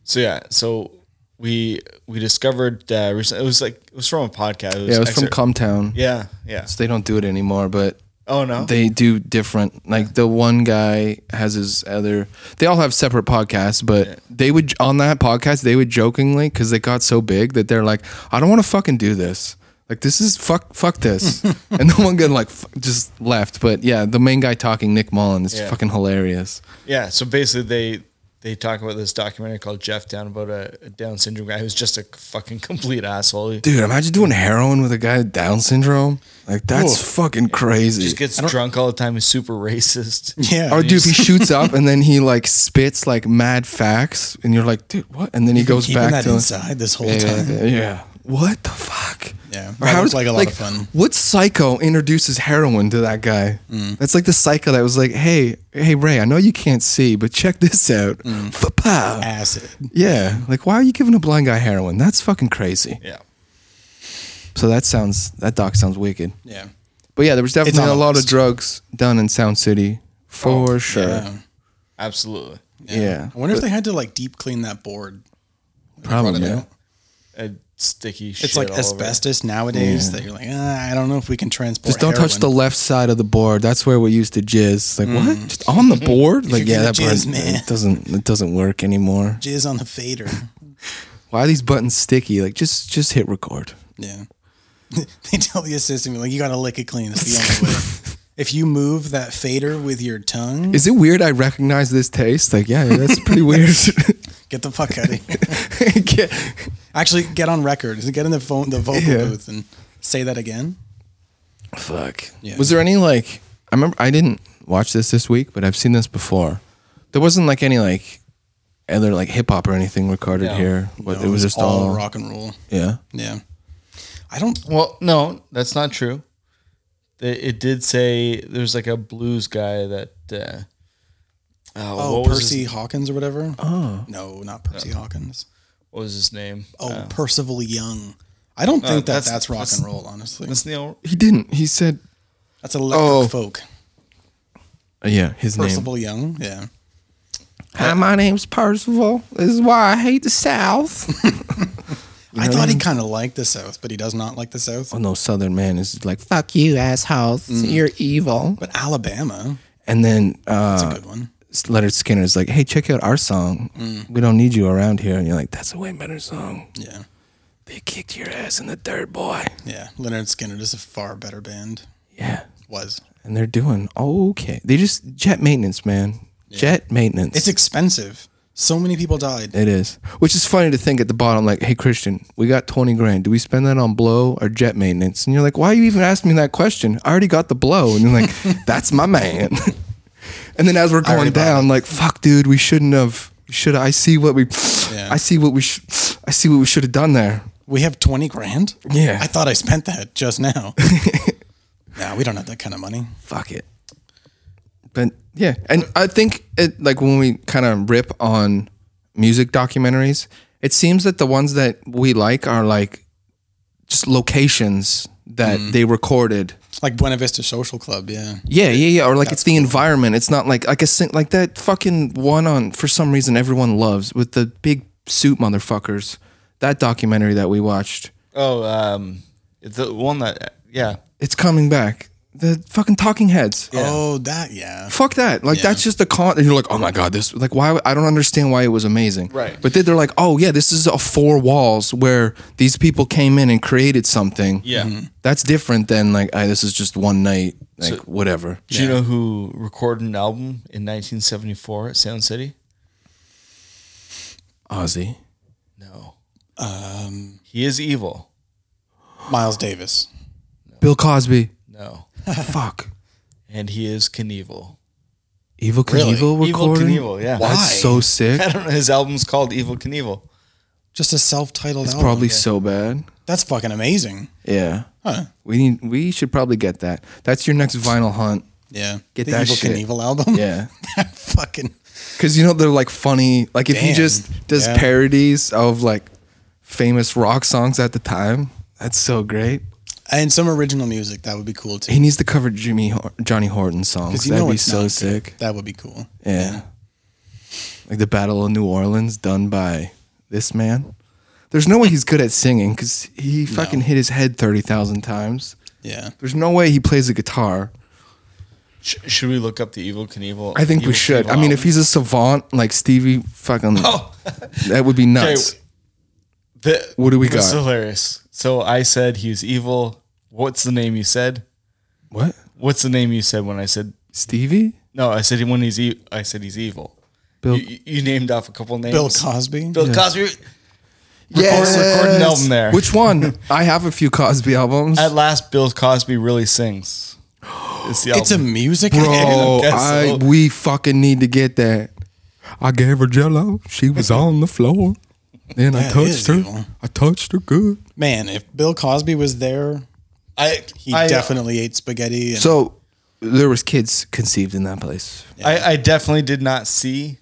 Speaker 4: So yeah, so we we discovered uh, recently it was like it was from a podcast.
Speaker 6: Yeah, it was from
Speaker 4: excerpt-
Speaker 6: Cumtown.
Speaker 4: yeah, yeah.
Speaker 6: So they don't do it anymore, but
Speaker 4: Oh no,
Speaker 6: they do different like the one guy has his other they all have separate podcasts but they would on that podcast they would jokingly because they got so big that they're like i don't want to fucking do this like this is fuck fuck
Speaker 4: [LAUGHS]
Speaker 6: this and the one guy like f- just left but yeah the main guy talking nick mullen is
Speaker 4: Yeah.
Speaker 6: fucking hilarious
Speaker 4: yeah. So basically, they they talk about this documentary called Jeff Down about a, a Down syndrome guy who's just a fucking [LAUGHS] complete asshole. He
Speaker 6: dude imagine doing heroin with a guy with down syndrome like that's fucking crazy
Speaker 4: just gets drunk all the time. He's super racist. [LAUGHS]
Speaker 5: Yeah.
Speaker 6: Or dude, he shoots up and then he like spits like mad facts, and you're like, dude, what? And then he goes
Speaker 5: Keeping
Speaker 6: back
Speaker 5: that
Speaker 6: to
Speaker 5: inside this whole time.
Speaker 6: Yeah. What the fuck?
Speaker 5: Yeah. Yeah, that looks
Speaker 6: does-
Speaker 5: like a lot of fun.
Speaker 6: What psycho introduces heroin to that guy?
Speaker 5: Mm.
Speaker 6: That's like the psycho that was like, "Hey, hey Ray, I know you can't see, but check this out."
Speaker 5: Mm.
Speaker 6: Fa-pow.
Speaker 5: Acid.
Speaker 6: Yeah, like why are you giving a blind guy heroin? That's fucking crazy.
Speaker 4: Yeah.
Speaker 6: So that sounds that doc sounds wicked.
Speaker 5: Yeah.
Speaker 6: But yeah, there was definitely
Speaker 5: on
Speaker 6: a
Speaker 5: the
Speaker 6: lot of
Speaker 5: list.
Speaker 6: drugs done in Sound City for sure. Yeah,
Speaker 5: Oh, yeah.
Speaker 4: Absolutely.
Speaker 5: I wonder if they had to like deep clean that board.
Speaker 6: probably.
Speaker 5: Yeah.
Speaker 4: A sticky shit.
Speaker 5: It's like
Speaker 4: all over it.
Speaker 5: asbestos nowadays that you're like, ah, I don't know if we can transport.
Speaker 6: Just don't touch the
Speaker 5: heroin." Mm.
Speaker 6: left side of the board. That's where we used to jizz. Like what? Just on the board? Like
Speaker 5: you're
Speaker 6: yeah,
Speaker 5: gonna
Speaker 6: that board
Speaker 5: jizz, man.
Speaker 6: it doesn't it doesn't work anymore.
Speaker 5: jizz on the fader.
Speaker 6: Why are these buttons sticky? Like just just hit record.
Speaker 5: [LAUGHS] Yeah. [LAUGHS] they tell the assistant like, you gotta lick it clean. It's the [LAUGHS] only way. If you move that fader with your tongue,
Speaker 6: Is it weird I recognize this taste? Like yeah, yeah, that's pretty
Speaker 5: [LAUGHS]
Speaker 6: weird. [LAUGHS]
Speaker 5: get the fuck out of [LAUGHS] here.
Speaker 6: Get-
Speaker 5: Actually, get on record. Get in the phone, the vocal
Speaker 6: Yeah.
Speaker 5: booth, and say that again.
Speaker 6: Fuck.
Speaker 5: Yeah.
Speaker 6: Was there any like I remember I didn't watch this this week, but I've seen this before. There wasn't like any like other like hip hop or anything recorded here. But
Speaker 5: No,
Speaker 6: it was just all,
Speaker 5: all rock and roll.
Speaker 6: Yeah.
Speaker 5: Yeah. I don't.
Speaker 4: Well, no, that's not true. They- It did say there's like a blues guy that. Uh,
Speaker 5: Oh,
Speaker 4: what was his-
Speaker 5: Percy Hawkins or whatever. Oh no, not Percy Hawkins.
Speaker 4: what was his name?
Speaker 5: Oh, Percival Young. I don't think that
Speaker 4: that's-
Speaker 5: that's, rock
Speaker 4: that's-
Speaker 5: and roll. Honestly, that's,
Speaker 4: That's Neil.
Speaker 6: He didn't. He said
Speaker 5: electric
Speaker 6: oh.
Speaker 5: folk.
Speaker 6: uh, yeah, his
Speaker 5: Percival Young. Yeah.
Speaker 6: name. Hi, my name's Percival. This is why I hate the South.
Speaker 5: I thought he kind of liked the South, but he does not like the
Speaker 6: [LAUGHS]
Speaker 5: South.
Speaker 6: oh no, Southern man is like fuck you assholes. You're evil.
Speaker 5: But Alabama,
Speaker 6: And then uh,
Speaker 5: good one.
Speaker 6: Leonard Skinner is like, hey, check out our song. We don't need you around here. And you're like, that's a way better song.
Speaker 5: Yeah.
Speaker 6: They kicked your ass in the dirt, boy.
Speaker 5: Yeah. Leonard Skinner is a far better band.
Speaker 6: Yeah.
Speaker 5: Was.
Speaker 6: And they're doing okay. They just jet maintenance, man. Jet maintenance.
Speaker 5: It's expensive. So many people died.
Speaker 6: it is. Which is funny to think at the bottom, like, hey, Christian, we got 20 grand. Do we spend that on blow or jet maintenance? And you're like, why are you even asking me that question? I already got the blow. And you're like, that's my man. [LAUGHS] and then as we're going down, like, fuck, dude, we shouldn't have. Should I see what we? I see what we. Sh- I see what we should have done there.
Speaker 5: We have 20 grand?
Speaker 6: Yeah.
Speaker 5: I thought I spent that just now. nah, we don't have that kind of money.
Speaker 6: fuck it. But yeah, and I think it like when we kind of rip on music documentaries, it seems that the ones that we like are like just locations that they recorded.
Speaker 5: Like Buena Vista Social Club, yeah.
Speaker 6: Yeah, yeah, yeah. Or like it's the environment. It's not like like a sing- like that fucking one on for some reason everyone loves with the big suit motherfuckers. That documentary that we watched.
Speaker 4: Oh, um, the one that. Yeah.
Speaker 6: It's coming back. The fucking Talking Heads.
Speaker 5: Oh, that, yeah.
Speaker 6: fuck that. Like that's just a con. And you're like, oh my god, this like why? I don't understand why it was amazing.
Speaker 4: Right.
Speaker 6: But then they're like, oh yeah, this is a four walls where these people came in and created something.
Speaker 4: Yeah.
Speaker 6: That's different than like I, this is just one night, like whatever.
Speaker 4: Do you know who recorded an album in 1974 at Sound City?
Speaker 6: Ozzy.
Speaker 4: No. Um, he is evil.
Speaker 5: Miles Davis.
Speaker 6: Bill Cosby.
Speaker 4: No.
Speaker 6: fuck.
Speaker 4: And he is Knievel.
Speaker 6: Evil
Speaker 5: Really?
Speaker 6: Knievel recording.
Speaker 4: Evil Knievel, yeah.
Speaker 5: Why?
Speaker 6: That's so sick.
Speaker 4: [LAUGHS] I don't know. His album's called Evil Knievel.
Speaker 5: Just a self titled album.
Speaker 6: Probably so bad.
Speaker 5: That's fucking amazing.
Speaker 6: Yeah.
Speaker 5: Huh.
Speaker 6: We need. We should probably get that. That's your next vinyl hunt.
Speaker 5: Yeah.
Speaker 6: Get
Speaker 5: the
Speaker 6: that
Speaker 5: Evil
Speaker 6: shit.
Speaker 5: Knievel album.
Speaker 6: Yeah.
Speaker 5: [LAUGHS] That fucking.
Speaker 6: Because you know they're like funny. Like if he
Speaker 5: Damn.
Speaker 6: just does
Speaker 5: Yeah.
Speaker 6: parodies of like famous rock songs at the time, that's so great.
Speaker 5: And some original music. That would be cool too.
Speaker 6: He needs to cover Jimmy Hor- Johnny Horton songs.
Speaker 5: Because you
Speaker 6: That'd
Speaker 5: know
Speaker 6: be
Speaker 5: it's
Speaker 6: so
Speaker 5: not good.
Speaker 6: sick.
Speaker 5: That would be cool.
Speaker 6: Yeah. Like the Battle of New Orleans done by this man. There's no way he's good at singing because he fucking hit his head thirty thousand times.
Speaker 5: Yeah.
Speaker 6: There's no way he plays a guitar.
Speaker 4: Sh- should we look up the Evil Knievel?
Speaker 6: I think we
Speaker 4: Evil
Speaker 6: should.
Speaker 4: Knievel
Speaker 6: I mean,
Speaker 4: album?
Speaker 6: if he's a savant like Stevie, fucking,
Speaker 4: Oh.
Speaker 6: that
Speaker 5: [LAUGHS]
Speaker 6: would be nuts.
Speaker 4: Okay. The,
Speaker 6: What do we
Speaker 4: this is
Speaker 6: got?
Speaker 4: hilarious. So I said he's evil. What's the name you said?
Speaker 6: What?
Speaker 4: What's the name you said when I said
Speaker 6: Stevie?
Speaker 4: no? I said when he's e- I said he's evil.
Speaker 6: Bill-
Speaker 4: you, you- you named off a couple names.
Speaker 5: Bill Cosby.
Speaker 4: Bill Cosby. Record,
Speaker 6: Yes.
Speaker 4: record an album there.
Speaker 6: Which one? I have a few Cosby albums.
Speaker 4: At last, Bill Cosby really sings. It's the album.
Speaker 5: It's a music.
Speaker 4: [LAUGHS]
Speaker 6: Bro,
Speaker 4: guess
Speaker 6: I,
Speaker 4: so.
Speaker 6: we fucking need to get that. I gave her jello. She was on the floor. And I
Speaker 5: That
Speaker 6: touched
Speaker 5: is
Speaker 6: her.
Speaker 5: evil.
Speaker 6: I touched her good.
Speaker 5: Man, if Bill Cosby was there,
Speaker 4: I
Speaker 5: he
Speaker 4: I-
Speaker 5: definitely ate spaghetti. And
Speaker 6: uh, So there was kids conceived in that place.
Speaker 4: I, I definitely did not see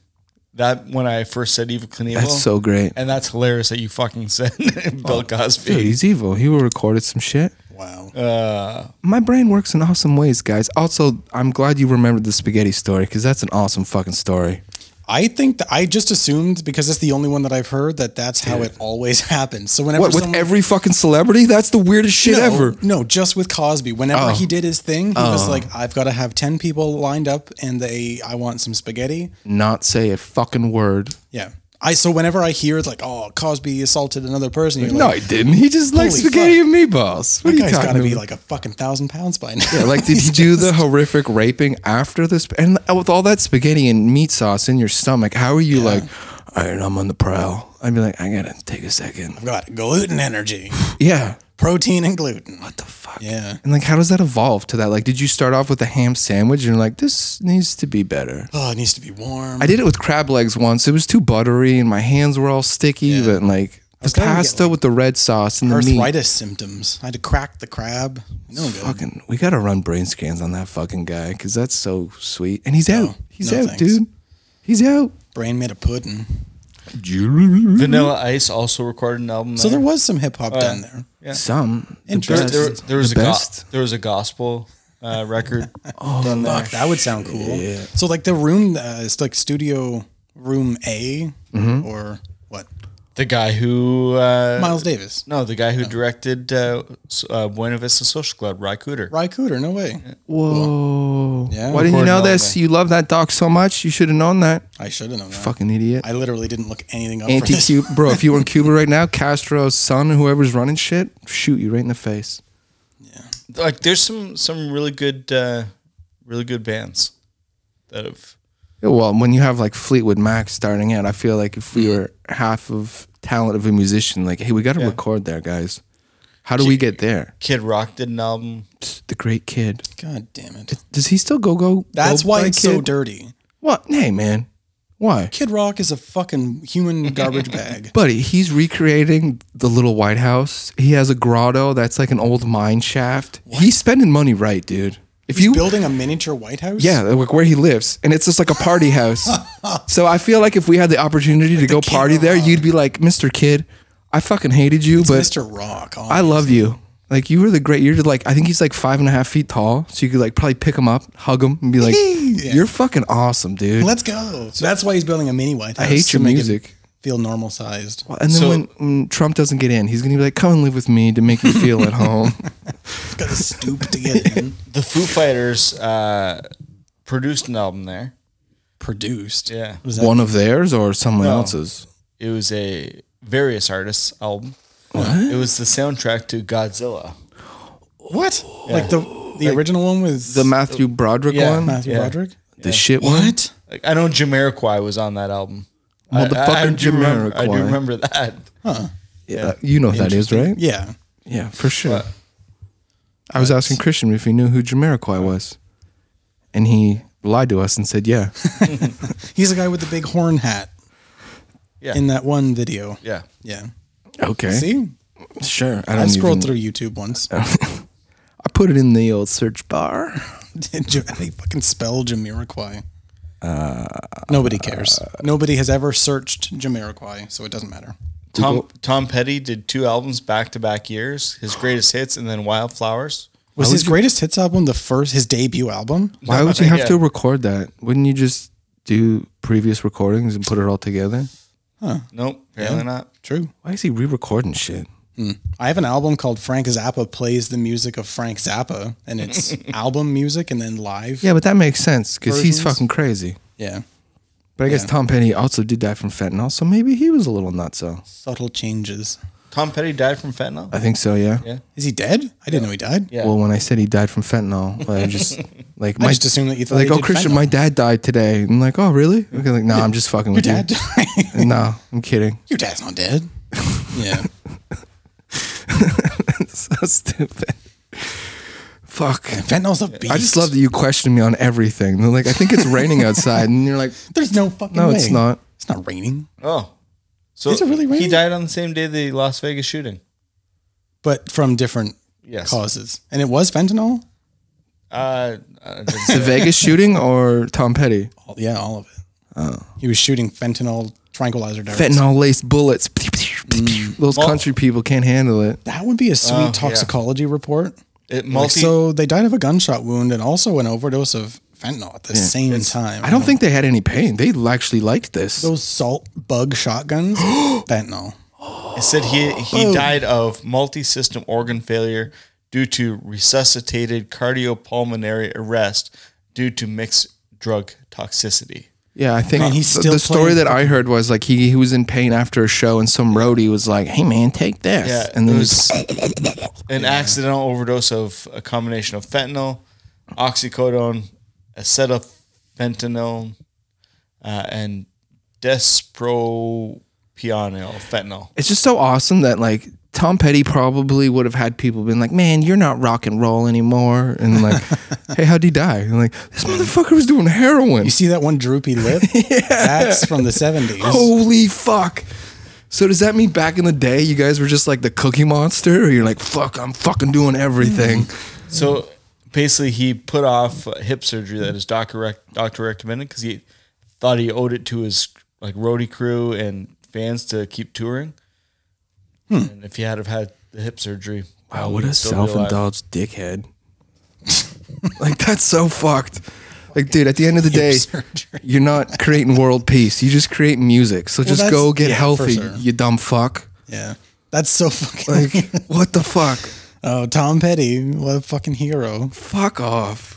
Speaker 4: that when I first said Evil Knievel.
Speaker 6: That's so great. Oh,
Speaker 4: and that's hilarious that you fucking said [LAUGHS] Bill Cosby.
Speaker 6: Dude, he's evil. He will recorded some shit.
Speaker 5: wow,
Speaker 6: uh, My brain works in awesome ways, guys. Also, I'm glad you remembered the spaghetti story because that's an awesome fucking story.
Speaker 5: I think that I just assumed because it's the only one that I've heard that that's how it always [LAUGHS] happens. So whenever
Speaker 6: What with
Speaker 5: someone-
Speaker 6: every fucking celebrity? That's the weirdest shit
Speaker 5: no,
Speaker 6: ever.
Speaker 5: no, just with Cosby. Whenever
Speaker 6: Oh.
Speaker 5: he did his thing, he was like, "I've got to have ten people lined up, and they, I want some spaghetti."
Speaker 6: Not say a fucking word.
Speaker 5: Yeah, I so whenever I hear like, "Oh, Cosby assaulted another person," you're
Speaker 6: No,
Speaker 5: like,
Speaker 6: he didn't. He just likes
Speaker 5: Holy
Speaker 6: spaghetti
Speaker 5: fuck.
Speaker 6: and meatballs. What are
Speaker 5: "That
Speaker 6: you
Speaker 5: guy's got
Speaker 6: talking
Speaker 5: to be
Speaker 6: about?
Speaker 5: like a fucking thousand pounds by now."
Speaker 6: Yeah,
Speaker 5: [LAUGHS]
Speaker 6: like did you do the horrific raping after this? And with all that spaghetti and meat sauce in your stomach, how are you like? All right, I'm on the prowl. I'd be like, I gotta take a second.
Speaker 5: got gluten energy,
Speaker 6: Yeah.
Speaker 5: protein and gluten.
Speaker 6: What the fuck?
Speaker 5: Yeah.
Speaker 6: And like, how does that evolve to that? Like, did you start off with a ham sandwich and you're like, this needs to be better?
Speaker 5: Oh, it needs to be warm.
Speaker 6: I did it with crab legs once. It was too buttery and my hands were all sticky, but like the
Speaker 5: was trying to get,
Speaker 6: pasta
Speaker 5: like,
Speaker 6: with the red sauce and the meat.
Speaker 5: arthritis symptoms. I had to crack the crab. No good.
Speaker 6: Fucking, we gotta run brain scans on that fucking guy because that's so sweet. And he's out. He's
Speaker 5: no
Speaker 6: out,
Speaker 5: thanks.
Speaker 6: dude. He's out.
Speaker 5: Brain made a pudding.
Speaker 4: Vanilla Ice also recorded an album.
Speaker 5: So there was some hip hop done there.
Speaker 6: Some. the
Speaker 4: there,
Speaker 5: Interesting.
Speaker 6: best.
Speaker 4: there, there was
Speaker 6: The
Speaker 4: a go-
Speaker 6: best. Oh,
Speaker 4: there was a gospel uh, record. [LAUGHS] done there.
Speaker 5: Fuck, that would sound cool. So like the room, uh, it's like studio room A
Speaker 6: Mm-hmm.
Speaker 5: or what?
Speaker 4: The guy who uh,
Speaker 5: Miles Davis,
Speaker 4: no, the guy who directed uh, s- uh, Buena Vista Social Club, Ry Cooter.
Speaker 5: Ry Cooter, no way.
Speaker 6: Whoa.
Speaker 5: Yeah.
Speaker 6: Why didn't you
Speaker 4: Recorded
Speaker 6: know
Speaker 4: all
Speaker 6: this?
Speaker 4: day.
Speaker 6: You love that doc so much. You should have known that.
Speaker 5: I should have known that.
Speaker 6: Fucking idiot.
Speaker 5: I literally didn't look anything up. for
Speaker 6: Anti
Speaker 5: this.
Speaker 6: Cuba, bro. If you were in Cuba right now, Castro's son, whoever's running shit, shoot you right in the face.
Speaker 4: Like, there's some some really good, uh, really good bands that have.
Speaker 6: Yeah, Well, when you have like Fleetwood Mac starting out, I feel like if we
Speaker 5: Mm-hmm.
Speaker 6: were half of talent of a musician, like, hey, we got to record there, guys. How do we get there?
Speaker 4: Kid Rock did an album.
Speaker 6: Psst, The Great Kid.
Speaker 5: [LAUGHS] God damn it!
Speaker 6: Does he still go go?
Speaker 5: That's
Speaker 6: go
Speaker 5: why
Speaker 6: by
Speaker 5: it's so
Speaker 6: Kid?
Speaker 5: dirty.
Speaker 6: What? Hey, man. Why?
Speaker 5: Kid Rock is a fucking human
Speaker 6: [LAUGHS]
Speaker 5: garbage bag.
Speaker 6: Buddy, he's recreating the little White House. He has a grotto that's like an old mine shaft. He's spending money right, dude. If
Speaker 5: He's
Speaker 6: you
Speaker 5: building a miniature White House.
Speaker 6: Yeah, like where he lives, and it's just like a
Speaker 4: [LAUGHS]
Speaker 6: party house. so I feel like if we had the opportunity to go party there, you'd be like, Mister Kid, I fucking hated you, but
Speaker 5: Mr. Rock.
Speaker 6: I love you. Like you were the great. You're like I think he's like five and a half feet tall, so you could like probably pick him up, hug him, and
Speaker 4: [LAUGHS]
Speaker 6: be like, "You're fucking awesome, dude."
Speaker 5: Let's go. So that's why he's building a mini White House.
Speaker 6: hate
Speaker 5: to
Speaker 6: your
Speaker 5: make it
Speaker 6: music.
Speaker 5: Feel normal sized.
Speaker 6: and then
Speaker 4: So-
Speaker 6: when, when Trump doesn't get in, he's gonna be like, "Come and live with me to make you feel
Speaker 4: [LAUGHS]
Speaker 6: at home."
Speaker 5: Got to stoop [LAUGHS] to get in.
Speaker 4: The Foo Fighters uh, produced an album there.
Speaker 5: Produced.
Speaker 4: Yeah.
Speaker 5: Was that
Speaker 6: One of theirs or someone
Speaker 4: No.
Speaker 6: else's.
Speaker 4: It was a various artists album. It was the soundtrack to Godzilla.
Speaker 5: what? Like the the original one was
Speaker 6: The Matthew Broderick
Speaker 4: Yeah.
Speaker 6: one,
Speaker 5: Matthew
Speaker 4: Yeah.
Speaker 5: Broderick.
Speaker 6: the shit one.
Speaker 4: Like, I know Jamiroquai was on that album. I- I- I,
Speaker 6: Motherfucking
Speaker 4: do remember, I do
Speaker 6: Jamiroquai.
Speaker 4: remember that.
Speaker 6: Yeah, Uh, you know what that is, right?
Speaker 5: Yeah.
Speaker 6: Yeah, for sure.
Speaker 4: But-
Speaker 6: I was asking Christian if he knew who Jamiroquai was, and he lied to us and said, "Yeah,
Speaker 5: He's the guy with the big horn hat.
Speaker 4: Yeah.
Speaker 5: In that one video.
Speaker 4: Yeah.
Speaker 5: Yeah.
Speaker 6: [LAUGHS] okay,
Speaker 5: See?
Speaker 6: sure." I,
Speaker 5: I,
Speaker 6: don't
Speaker 5: scrolled
Speaker 6: even-
Speaker 5: through YouTube once. [LAUGHS]
Speaker 6: I put it in the old search bar. [LAUGHS]
Speaker 5: Did you they fucking spell Jamiroquai? Nobody cares. Nobody has ever searched Jamiroquai, so it doesn't matter.
Speaker 4: Tom Tom Petty did two albums back to back years, his greatest hits and then Wildflowers.
Speaker 5: Was his greatest hits album the first his debut album?
Speaker 6: Why would you have
Speaker 4: Yeah.
Speaker 6: to record that? Wouldn't you just do previous recordings and put it all together?
Speaker 4: Nope, apparently not.
Speaker 5: True.
Speaker 6: Why is he re-recording shit?
Speaker 5: I have an album called Frank Zappa plays the music of Frank Zappa, and it's album music and then live.
Speaker 6: Yeah, but that makes sense because he's
Speaker 5: Versions?
Speaker 6: fucking crazy.
Speaker 5: Yeah.
Speaker 6: But I guess Tom Petty also did die from fentanyl, so maybe he was a little nutso.
Speaker 5: Subtle changes.
Speaker 4: Tom Petty died from fentanyl.
Speaker 6: I think so. Yeah.
Speaker 4: Yeah.
Speaker 5: Is he dead? I didn't know he died.
Speaker 4: Yeah.
Speaker 6: Well, when I said he died from fentanyl, I
Speaker 5: [LAUGHS]
Speaker 6: just like
Speaker 5: I just assumed that you thought
Speaker 6: like
Speaker 5: he
Speaker 6: oh
Speaker 5: did
Speaker 6: Christian,
Speaker 5: fentanyl.
Speaker 6: my dad died today. I'm like oh really? Okay, like no, I'm just fucking
Speaker 5: Your
Speaker 6: with
Speaker 5: dad
Speaker 6: you.
Speaker 5: died.
Speaker 6: [LAUGHS] no, I'm kidding.
Speaker 5: [LAUGHS] Your dad's not dead. [LAUGHS] yeah.
Speaker 6: so stupid. Fuck.
Speaker 5: Fentanyl's a beast.
Speaker 6: I just love that you question me on everything. They're
Speaker 5: [LAUGHS]
Speaker 6: like I think it's raining outside, and you're like
Speaker 5: There's no fucking
Speaker 6: no,
Speaker 5: way.
Speaker 6: it's not.
Speaker 5: It's not raining.
Speaker 4: Oh. So
Speaker 5: These are really
Speaker 4: he
Speaker 5: random.
Speaker 4: died on the same day the Las Vegas shooting.
Speaker 5: but from different
Speaker 4: Yes.
Speaker 5: causes. And it was fentanyl?
Speaker 4: Uh, I didn't
Speaker 6: The
Speaker 4: say-
Speaker 6: Vegas shooting or Tom Petty?
Speaker 5: All, yeah, all of it. He was shooting fentanyl tranquilizer darts.
Speaker 6: Oh. Fentanyl laced bullets.
Speaker 5: Mm.
Speaker 6: Those country people can't handle it.
Speaker 5: That would be a sweet
Speaker 4: Oh, yeah.
Speaker 5: toxicology report.
Speaker 4: it
Speaker 5: Like,
Speaker 4: multi.
Speaker 5: so they died of a gunshot wound and also an overdose of fentanyl at the same time.
Speaker 6: I don't think they had any pain. They actually liked this.
Speaker 5: those salt bug
Speaker 6: [GASPS]
Speaker 5: shotguns. fentanyl.
Speaker 4: It said he he died of multi-system organ failure due to resuscitated cardiopulmonary arrest due to mixed drug toxicity.
Speaker 6: Yeah, I think
Speaker 5: Man, he's
Speaker 6: the-
Speaker 5: still
Speaker 6: the story
Speaker 5: playing
Speaker 6: that I heard was like he, he was in pain after a show and some roadie was like, "Hey man, take this."
Speaker 4: Yeah, it
Speaker 6: and then he
Speaker 4: was [COUGHS] an accidental overdose of a combination of fentanyl, oxycodone, acetafentanyl, uh, and despropionil fentanyl.
Speaker 6: it's just so awesome that like Tom Petty probably would have had people been like, "Man, you're not rock and roll anymore," and like, "Hey, how'd he die?" And like, this motherfucker was doing heroin.
Speaker 5: You see that one
Speaker 6: [LAUGHS]
Speaker 5: droopy lip? That's from the 70s.
Speaker 6: Holy fuck! So does that mean back in the day you guys were just like the Cookie Monster, or you're like, "Fuck, I'm fucking doing everything."
Speaker 4: So basically, he put off hip surgery that his doctor rec- doctor recommended because he thought he owed it to his like roadie crew and fans to keep touring. And if he had have had the hip surgery,
Speaker 6: Hmm. Wow,
Speaker 4: he
Speaker 6: what
Speaker 4: would
Speaker 6: a
Speaker 4: still be alive.
Speaker 6: self-indulged dickhead. [LAUGHS] like that's so fucked. Like, dude, at the end of the day,
Speaker 5: surgery.
Speaker 6: you're not creating world peace. You just create music. So just
Speaker 5: that's-
Speaker 6: go get
Speaker 5: yeah, for
Speaker 6: healthy,
Speaker 5: sure.
Speaker 6: you dumb
Speaker 5: [LAUGHS]
Speaker 6: fuck.
Speaker 5: Yeah. That's so [LAUGHS] fucking.
Speaker 6: Like, what the fuck?
Speaker 5: oh, Tom Petty, what a fucking hero.
Speaker 6: Fuck off.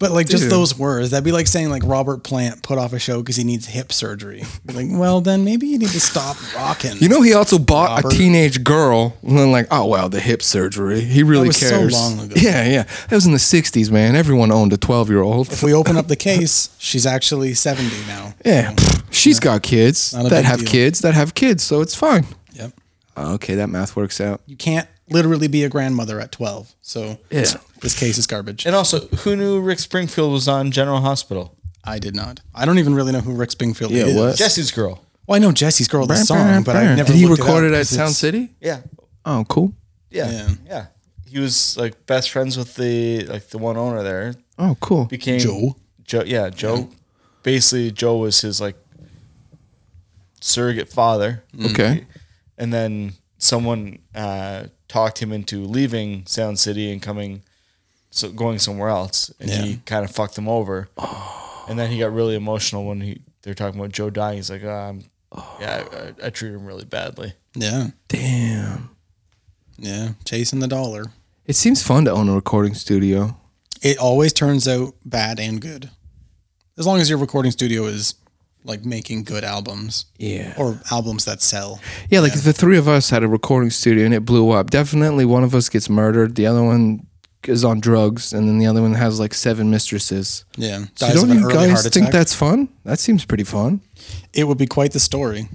Speaker 5: But like just
Speaker 6: Dude.
Speaker 5: those words, that'd be like saying like Robert Plant put off a show because he needs hip surgery. Be like, well, then maybe you need
Speaker 6: [LAUGHS]
Speaker 5: to stop rocking.
Speaker 6: You know, he also bought
Speaker 5: Robert.
Speaker 6: a teenage girl, and then like, oh wow, the hip surgery. He really
Speaker 5: was so
Speaker 6: cares.
Speaker 5: long ago.
Speaker 6: Yeah, yeah. That was in the '60s, man. Everyone owned a 12-year-old.
Speaker 5: [LAUGHS] if we open up the case, she's actually 70 now.
Speaker 6: Yeah, pff, she's got kids
Speaker 5: Not a
Speaker 6: that
Speaker 5: big
Speaker 6: have
Speaker 5: deal.
Speaker 6: kids that have kids, so it's fine.
Speaker 5: Yep.
Speaker 6: Okay, that math works out.
Speaker 5: You can't literally be a grandmother at 12. So
Speaker 6: Yeah.
Speaker 5: this case is garbage.
Speaker 4: And also, who knew Rick Springfield was on General Hospital?
Speaker 5: I did not. I don't even really know who Rick Springfield
Speaker 6: Yeah,
Speaker 5: is.
Speaker 6: what?
Speaker 4: Jesse's girl.
Speaker 5: Well, I know Jesse's Girl, the song, but I've never
Speaker 6: Did he
Speaker 5: looked
Speaker 6: record it
Speaker 5: it up
Speaker 6: at
Speaker 5: 'cause
Speaker 6: Sound
Speaker 5: it's-
Speaker 6: City?
Speaker 4: Yeah,
Speaker 6: Oh, cool.
Speaker 4: yeah, yeah.
Speaker 5: Yeah.
Speaker 4: He was like best friends with the like the one owner there.
Speaker 6: Oh, cool.
Speaker 4: Became
Speaker 5: Joe?
Speaker 4: Joe, yeah, Joe. Basically, Joe was his like surrogate father.
Speaker 6: Okay.
Speaker 4: and then someone uh, talked him into leaving Sound City and coming, so going somewhere else, and he kind of fucked him
Speaker 5: [SIGHS]
Speaker 4: over.
Speaker 5: Oh.
Speaker 4: And then he got really emotional when he they're talking about Joe dying. He's like, um, yeah, I, I, I treated him really badly.
Speaker 5: Yeah.
Speaker 6: Damn.
Speaker 5: Yeah. Chasing the dollar.
Speaker 6: It seems fun to own a recording studio.
Speaker 5: It always turns out bad and good. As long as your recording studio is like making good albums.
Speaker 6: Yeah.
Speaker 5: Or albums that sell.
Speaker 6: Yeah, like if the three of us had a recording studio and it blew up, definitely one of us gets murdered, the other one is on drugs, and then the other one has like seven mistresses.
Speaker 5: Yeah.
Speaker 6: So
Speaker 5: Dies
Speaker 6: don't
Speaker 5: of an
Speaker 6: you
Speaker 5: early
Speaker 6: guys
Speaker 5: heart
Speaker 6: think
Speaker 5: attack.
Speaker 6: that's fun? That seems pretty fun.
Speaker 5: it would be quite the story.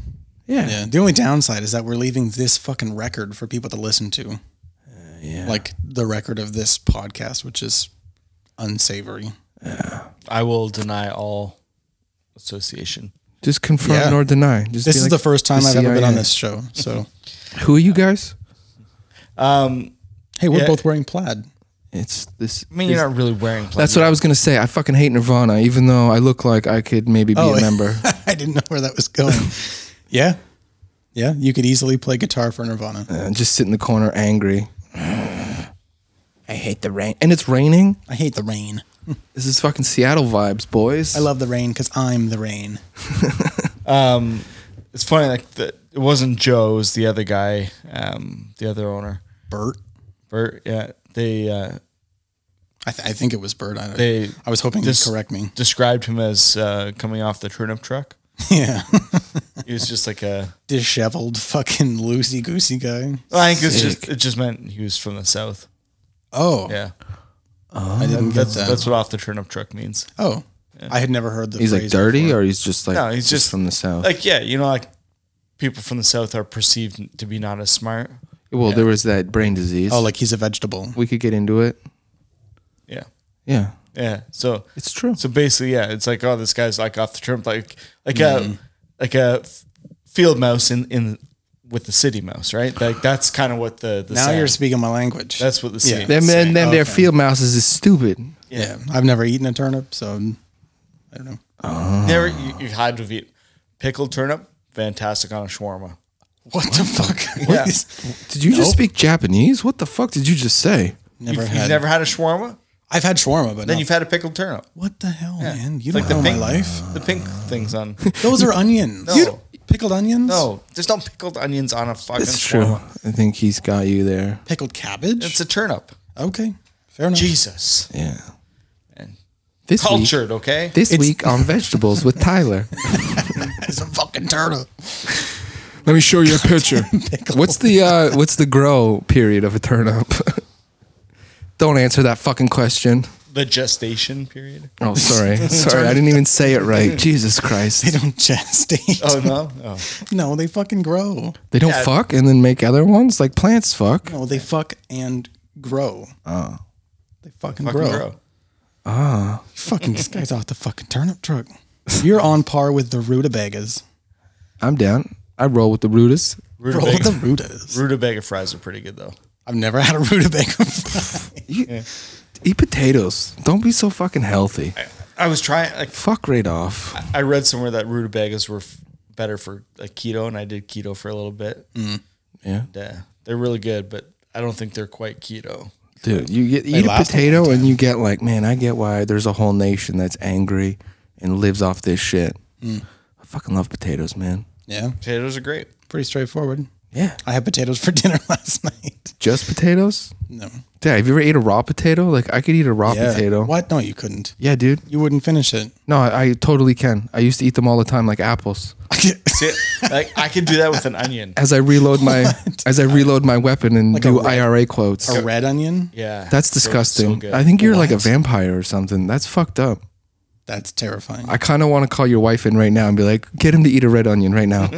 Speaker 6: Yeah.
Speaker 5: Yeah. The only downside is that we're leaving this fucking record for people to listen to.
Speaker 6: Uh,
Speaker 5: yeah. Like the record of this podcast, which is unsavory.
Speaker 4: I will deny all association.
Speaker 6: Just confirm
Speaker 5: Yeah.
Speaker 6: nor deny. Just
Speaker 5: This
Speaker 6: be
Speaker 5: is
Speaker 6: like
Speaker 5: the first time
Speaker 6: the
Speaker 5: I've ever been
Speaker 6: CIA.
Speaker 5: on this show.
Speaker 6: [LAUGHS]
Speaker 5: So,
Speaker 6: Who are you guys?
Speaker 4: Um,
Speaker 5: hey, we're
Speaker 4: Yeah.
Speaker 5: both wearing plaid.
Speaker 6: It's this.
Speaker 4: I mean, you're not really wearing.
Speaker 6: that's what I was gonna say. I fucking hate Nirvana, even though I look like I could maybe be
Speaker 5: Oh.
Speaker 6: a member.
Speaker 5: [LAUGHS]
Speaker 6: [LAUGHS]
Speaker 5: I didn't know where that was going. [LAUGHS] yeah. Yeah. You could easily play guitar for Nirvana.
Speaker 6: and just sit in the corner angry. I hate the rain. And it's raining.
Speaker 5: I hate the rain.
Speaker 6: This is fucking Seattle vibes, boys.
Speaker 5: I love the rain because I'm the rain.
Speaker 4: It's funny. Like the, it wasn't Joe. It was the other guy, um, the other owner,
Speaker 5: Bert.
Speaker 4: Bert. Yeah, they uh,
Speaker 5: I, th- I think it was Bert. I,
Speaker 4: They-
Speaker 5: I was hoping
Speaker 4: this-
Speaker 5: you'd correct me. [LAUGHS]
Speaker 4: described him as uh, coming off the turnip truck.
Speaker 5: Yeah.
Speaker 4: He was just like a.
Speaker 5: Disheveled fucking loosey goosey guy.
Speaker 4: Well, I think it's just it just meant he was from the south.
Speaker 5: Oh.
Speaker 4: Yeah,
Speaker 5: I didn't get
Speaker 4: that's
Speaker 5: that.
Speaker 4: that's what off the turnip truck means.
Speaker 5: oh. I had never heard the
Speaker 6: He's like
Speaker 5: phrase
Speaker 6: dirty,
Speaker 5: before.
Speaker 6: or he's just like
Speaker 4: No, he's just,
Speaker 6: from the south.
Speaker 4: Like yeah, you know, like people from the south are perceived to be not as smart.
Speaker 6: well, there was that brain disease.
Speaker 5: Oh, like he's a vegetable.
Speaker 6: we could get into it.
Speaker 4: Yeah,
Speaker 6: Yeah,
Speaker 4: yeah. So
Speaker 6: it's true.
Speaker 4: So basically, yeah, it's like, oh, this guy's like off the turnip, like like a like a f- field mouse in in with the city mouse, right? Like that's kind of what the, the
Speaker 5: Now
Speaker 4: sound-
Speaker 5: you're speaking my language.
Speaker 4: that's what the
Speaker 5: Yeah.
Speaker 4: city.
Speaker 6: Them
Speaker 4: is saying.
Speaker 6: and then their
Speaker 4: Okay.
Speaker 6: field mouses is stupid.
Speaker 5: yeah. I've never eaten a turnip, so I don't know.
Speaker 4: Never you, you had to have eaten pickled turnip, fantastic on a shawarma.
Speaker 5: What the fuck? [LAUGHS]
Speaker 4: Yeah.
Speaker 6: Did you just speak Japanese? What the fuck did you just say?
Speaker 5: never
Speaker 4: You've,
Speaker 5: had.
Speaker 4: you've never had a shawarma,
Speaker 5: I've had shawarma, but
Speaker 4: then
Speaker 5: not-
Speaker 4: you've had a pickled turnip.
Speaker 5: what the hell, man? You
Speaker 4: It's
Speaker 5: don't know my life.
Speaker 4: The pink
Speaker 6: Uh,
Speaker 4: things
Speaker 6: [LAUGHS]
Speaker 4: on.
Speaker 5: Those are onions.
Speaker 4: You don't-
Speaker 5: pickled onions.
Speaker 4: No, there's no pickled onions on a fucking
Speaker 6: It's true.
Speaker 4: shawarma.
Speaker 6: I think he's got you there.
Speaker 5: pickled cabbage.
Speaker 4: It's a turnip.
Speaker 5: okay, fair enough.
Speaker 4: Jesus,
Speaker 6: Yeah. This
Speaker 4: cultured.
Speaker 6: week,
Speaker 4: Okay,
Speaker 6: this week on vegetables with Tyler.
Speaker 5: It's a fucking turtle.
Speaker 6: [LAUGHS] Let me show you a [LAUGHS] picture. what's the uh, what's the grow period of a turnip? [LAUGHS] Don't answer that fucking question.
Speaker 4: the gestation period.
Speaker 6: Oh, [LAUGHS] sorry, sorry, I didn't even say it right. [LAUGHS] Jesus
Speaker 5: They
Speaker 6: Christ!
Speaker 5: don't just eat.
Speaker 4: Oh no, [LAUGHS] oh.
Speaker 5: [LAUGHS] No, they fucking grow.
Speaker 6: They don't fuck and then make other ones like plants. Fuck.
Speaker 5: No, they fuck and grow. Oh. They fucking,
Speaker 4: fucking
Speaker 5: grow.
Speaker 4: grow.
Speaker 5: [LAUGHS] Fucking this guy's off the fucking turnip truck. You're on par with the rutabagas.
Speaker 6: I'm down. I roll with the rudis.
Speaker 5: Bro,
Speaker 4: Rutabaga.
Speaker 5: the rutas.
Speaker 4: Rutabaga fries are pretty good though.
Speaker 5: I've never had a rutabaga. [LAUGHS]
Speaker 6: Eat potatoes. Don't be so fucking healthy.
Speaker 4: I was trying. Like,
Speaker 6: Fuck right off.
Speaker 4: I read somewhere that rutabagas were f- better for like, keto, and I did keto for a little bit.
Speaker 6: Mm. Yeah.
Speaker 4: And, uh, they're really good, but I don't think they're quite keto.
Speaker 6: Dude, you get eat a
Speaker 5: last a
Speaker 6: potato and you get like, man, I get why there's a whole nation that's angry and lives off this shit.
Speaker 5: Hmm.
Speaker 6: I fucking love potatoes, man.
Speaker 5: yeah,
Speaker 4: Potatoes are great.
Speaker 5: pretty straightforward.
Speaker 6: Yeah.
Speaker 5: I had potatoes for [LAUGHS] dinner last night.
Speaker 6: Just potatoes?
Speaker 5: No.
Speaker 6: Dad, have you ever ate a raw potato? Like I could eat a raw
Speaker 5: Yeah.
Speaker 6: potato.
Speaker 5: What? No, you couldn't.
Speaker 6: Yeah, dude.
Speaker 5: You wouldn't finish it.
Speaker 6: No, I, I totally can. I used to eat them all the time like apples.
Speaker 4: [LAUGHS] See, like I could do that with an
Speaker 6: [LAUGHS]
Speaker 4: onion.
Speaker 6: As I reload
Speaker 5: [LAUGHS]
Speaker 6: my as I reload my weapon and
Speaker 5: a
Speaker 6: do
Speaker 5: red-
Speaker 6: IRA quotes.
Speaker 5: A red onion?
Speaker 4: Yeah,
Speaker 6: That's
Speaker 4: So- so
Speaker 6: disgusting.
Speaker 4: good.
Speaker 6: I think you're like a
Speaker 5: What?
Speaker 6: vampire or something. That's fucked up.
Speaker 5: That's terrifying.
Speaker 6: I kind of want to call your wife in right now and be like, get him to eat a red onion
Speaker 4: [LAUGHS]
Speaker 6: right now.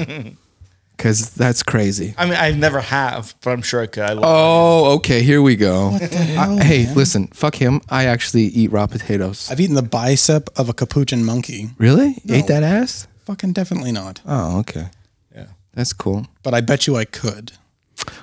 Speaker 6: Cause that's crazy.
Speaker 4: I mean, I never have, but I'm sure I could. I love
Speaker 6: Oh, okay. Here we go.
Speaker 5: hell,
Speaker 6: I- hey, listen, fuck him. I actually eat raw potatoes.
Speaker 5: I've eaten the bicep of a capuchin monkey.
Speaker 6: really? Ate that ass?
Speaker 5: Fucking definitely not.
Speaker 6: Oh, okay.
Speaker 4: Yeah.
Speaker 6: That's cool.
Speaker 5: But I bet you
Speaker 4: [LAUGHS]
Speaker 5: I could.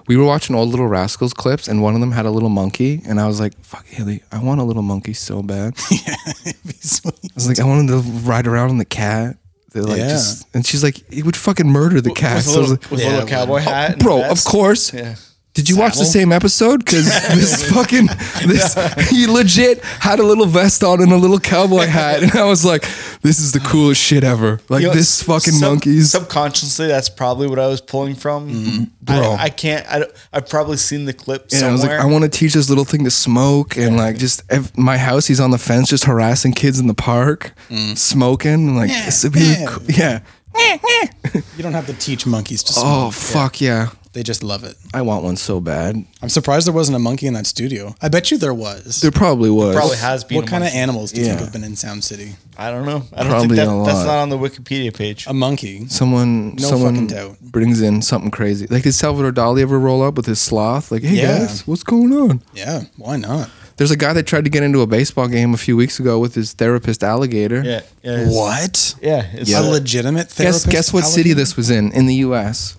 Speaker 6: We were watching old Little Rascals clips, and one of them had a little monkey, and I was like, "Fuck, Haley, I want a little monkey so bad." I
Speaker 5: It'd be sweet.
Speaker 6: was like, "I wanted to ride around on the cat." They're like,
Speaker 5: Yeah.
Speaker 6: just, and she's like, "It would fucking murder the cat."
Speaker 4: with a
Speaker 6: So I was
Speaker 4: little,
Speaker 6: like,
Speaker 4: with a
Speaker 5: Yeah,
Speaker 4: little
Speaker 5: it
Speaker 4: cowboy hat. and
Speaker 6: Oh, Bro,
Speaker 4: a
Speaker 6: of
Speaker 4: vest.
Speaker 6: course.
Speaker 4: Yeah.
Speaker 6: Did you watch the same episode?
Speaker 4: [LAUGHS]
Speaker 6: Because this fucking this he legit had a little vest on and a little cowboy hat, and I was like, "This is the coolest shit ever!" Like
Speaker 4: You know,
Speaker 6: this fucking
Speaker 4: sub-
Speaker 6: monkeys. Mm-hmm.
Speaker 4: Subconsciously, that's probably what I was pulling from.
Speaker 6: Bro.
Speaker 4: I, I can't. I, don't- I've probably seen the clip
Speaker 6: and
Speaker 4: somewhere.
Speaker 6: I was like, I want to teach this little thing to smoke, and like just ev- my house, he's on the fence, just harassing kids in the park,
Speaker 4: Mm.
Speaker 6: smoking, and like this would be
Speaker 5: yeah.
Speaker 6: cool. yeah.
Speaker 5: You don't have to teach monkeys to smoke.
Speaker 6: Oh fuck yeah,
Speaker 5: They just love it.
Speaker 6: I want one so bad.
Speaker 5: I'm surprised there wasn't a monkey in that studio. I bet you there was.
Speaker 6: There probably was.
Speaker 4: probably has been.
Speaker 5: what
Speaker 4: a
Speaker 5: kind of
Speaker 4: monkey.
Speaker 5: animals do you think
Speaker 6: Yeah.
Speaker 5: have been in Sound City?
Speaker 4: I don't know. I don't
Speaker 6: Probably
Speaker 4: think
Speaker 6: a
Speaker 4: that, that's
Speaker 6: lot.
Speaker 4: not on the Wikipedia page.
Speaker 5: A monkey.
Speaker 6: Someone,
Speaker 5: No
Speaker 6: someone
Speaker 5: fucking doubt.
Speaker 6: brings in something crazy. Like did Salvador Dali ever roll up with his sloth? Like, hey
Speaker 5: Yeah.
Speaker 6: guys, what's going on?
Speaker 5: Yeah, why not?
Speaker 6: There's a guy that tried to get into a baseball game a few weeks ago with his therapist alligator.
Speaker 4: yeah. yeah it's-
Speaker 5: What?
Speaker 4: Yeah. It's
Speaker 5: A
Speaker 4: uh,
Speaker 5: legitimate
Speaker 6: Guess
Speaker 5: therapist?
Speaker 6: guess what city
Speaker 5: alligator?
Speaker 6: this was in in the U.S.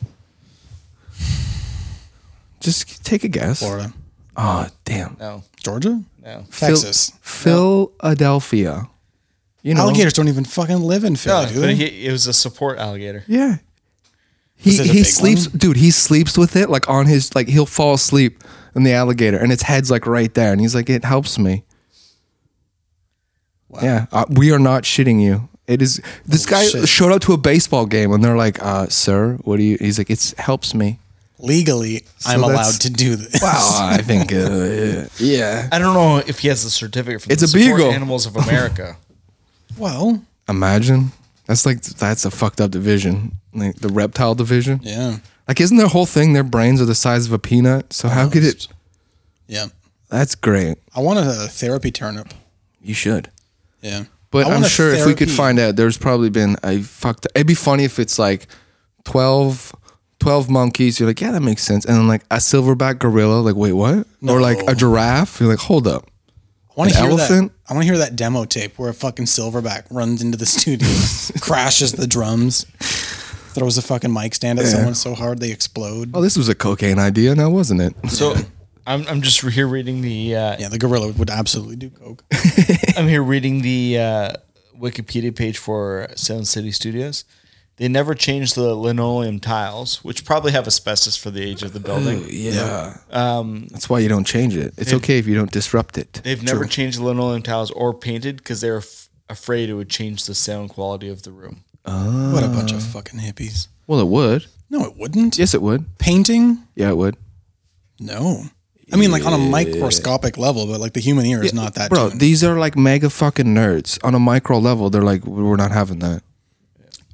Speaker 6: Just take a guess.
Speaker 5: Florida.
Speaker 6: Oh damn.
Speaker 4: no.
Speaker 5: Georgia?
Speaker 4: No.
Speaker 6: Phil-
Speaker 5: Texas.
Speaker 6: Philadelphia. You know.
Speaker 5: Alligators don't even fucking live in Philly,
Speaker 4: No,
Speaker 5: do
Speaker 4: [LAUGHS] but
Speaker 5: they?
Speaker 4: he, it was a support alligator.
Speaker 6: Yeah. He
Speaker 5: it a
Speaker 6: he
Speaker 5: big
Speaker 6: sleeps,
Speaker 5: one?
Speaker 6: dude. He sleeps with it like on his like he'll fall asleep in the alligator, and its head's like right there, and he's like, it helps me. Yeah, uh, we are not shitting you. It is this guy
Speaker 5: shit.
Speaker 6: showed up to a baseball game, and they're like, uh, "Sir, what do you?" He's like, "It helps me."
Speaker 5: Legally, I'm
Speaker 6: that's-
Speaker 5: allowed to do
Speaker 6: [LAUGHS]
Speaker 5: this.
Speaker 6: Wow, I think uh, yeah.
Speaker 4: I don't know if he has the certificate for
Speaker 6: It's
Speaker 4: the
Speaker 6: a
Speaker 4: Support
Speaker 6: beagle.
Speaker 4: Animals of
Speaker 6: [LAUGHS]
Speaker 4: America.
Speaker 5: Well,
Speaker 6: Imagine that's like that's a fucked up division, like the reptile division.
Speaker 5: yeah.
Speaker 6: Like, isn't their whole thing their brains are the size of a peanut? So how could it?
Speaker 5: Yeah.
Speaker 6: That's great.
Speaker 5: I want a therapy turnip.
Speaker 6: You should.
Speaker 5: Yeah.
Speaker 6: But
Speaker 5: I want
Speaker 6: I'm
Speaker 5: a
Speaker 6: sure if we could
Speaker 5: therapy-
Speaker 6: find out, there's probably been a fucked. It'd be funny if it's like 12, 12 monkeys. You're like, yeah, that makes sense. And then like a silverback gorilla. Like, wait, what? Or like a giraffe. You're like, hold up.
Speaker 5: I want
Speaker 6: An
Speaker 5: to hear
Speaker 6: elephant?
Speaker 5: that. I want to hear
Speaker 6: [LAUGHS]
Speaker 5: that demo tape where a fucking silverback runs into the studio, crashes the drums. throws a fucking mic stand at someone so hard they explode.
Speaker 6: Oh, this was a cocaine idea, now wasn't it? [LAUGHS]
Speaker 4: So I'm, I'm just here reading the uh,
Speaker 5: Yeah, the gorilla would absolutely do coke.
Speaker 4: I'm here reading the uh, Wikipedia page for Sound City Studios. They never changed the linoleum tiles, which probably have asbestos for the age of the building.
Speaker 6: Yeah.
Speaker 5: Um,
Speaker 6: That's why you don't change it. It's okay if you don't disrupt it.
Speaker 4: They've never changed the linoleum tiles or painted because they were f- afraid it would change the sound quality of the room.
Speaker 5: what a bunch of fucking hippies.
Speaker 6: Well, it would.
Speaker 5: No, it wouldn't.
Speaker 6: Yes, it would.
Speaker 5: Painting?
Speaker 6: Yeah, it would.
Speaker 5: No. I mean, like on a microscopic level, but like the human ear is not that.
Speaker 6: Bro,
Speaker 5: tuned.
Speaker 6: these are like mega fucking nerds. On a micro level, they're like, we're not having that.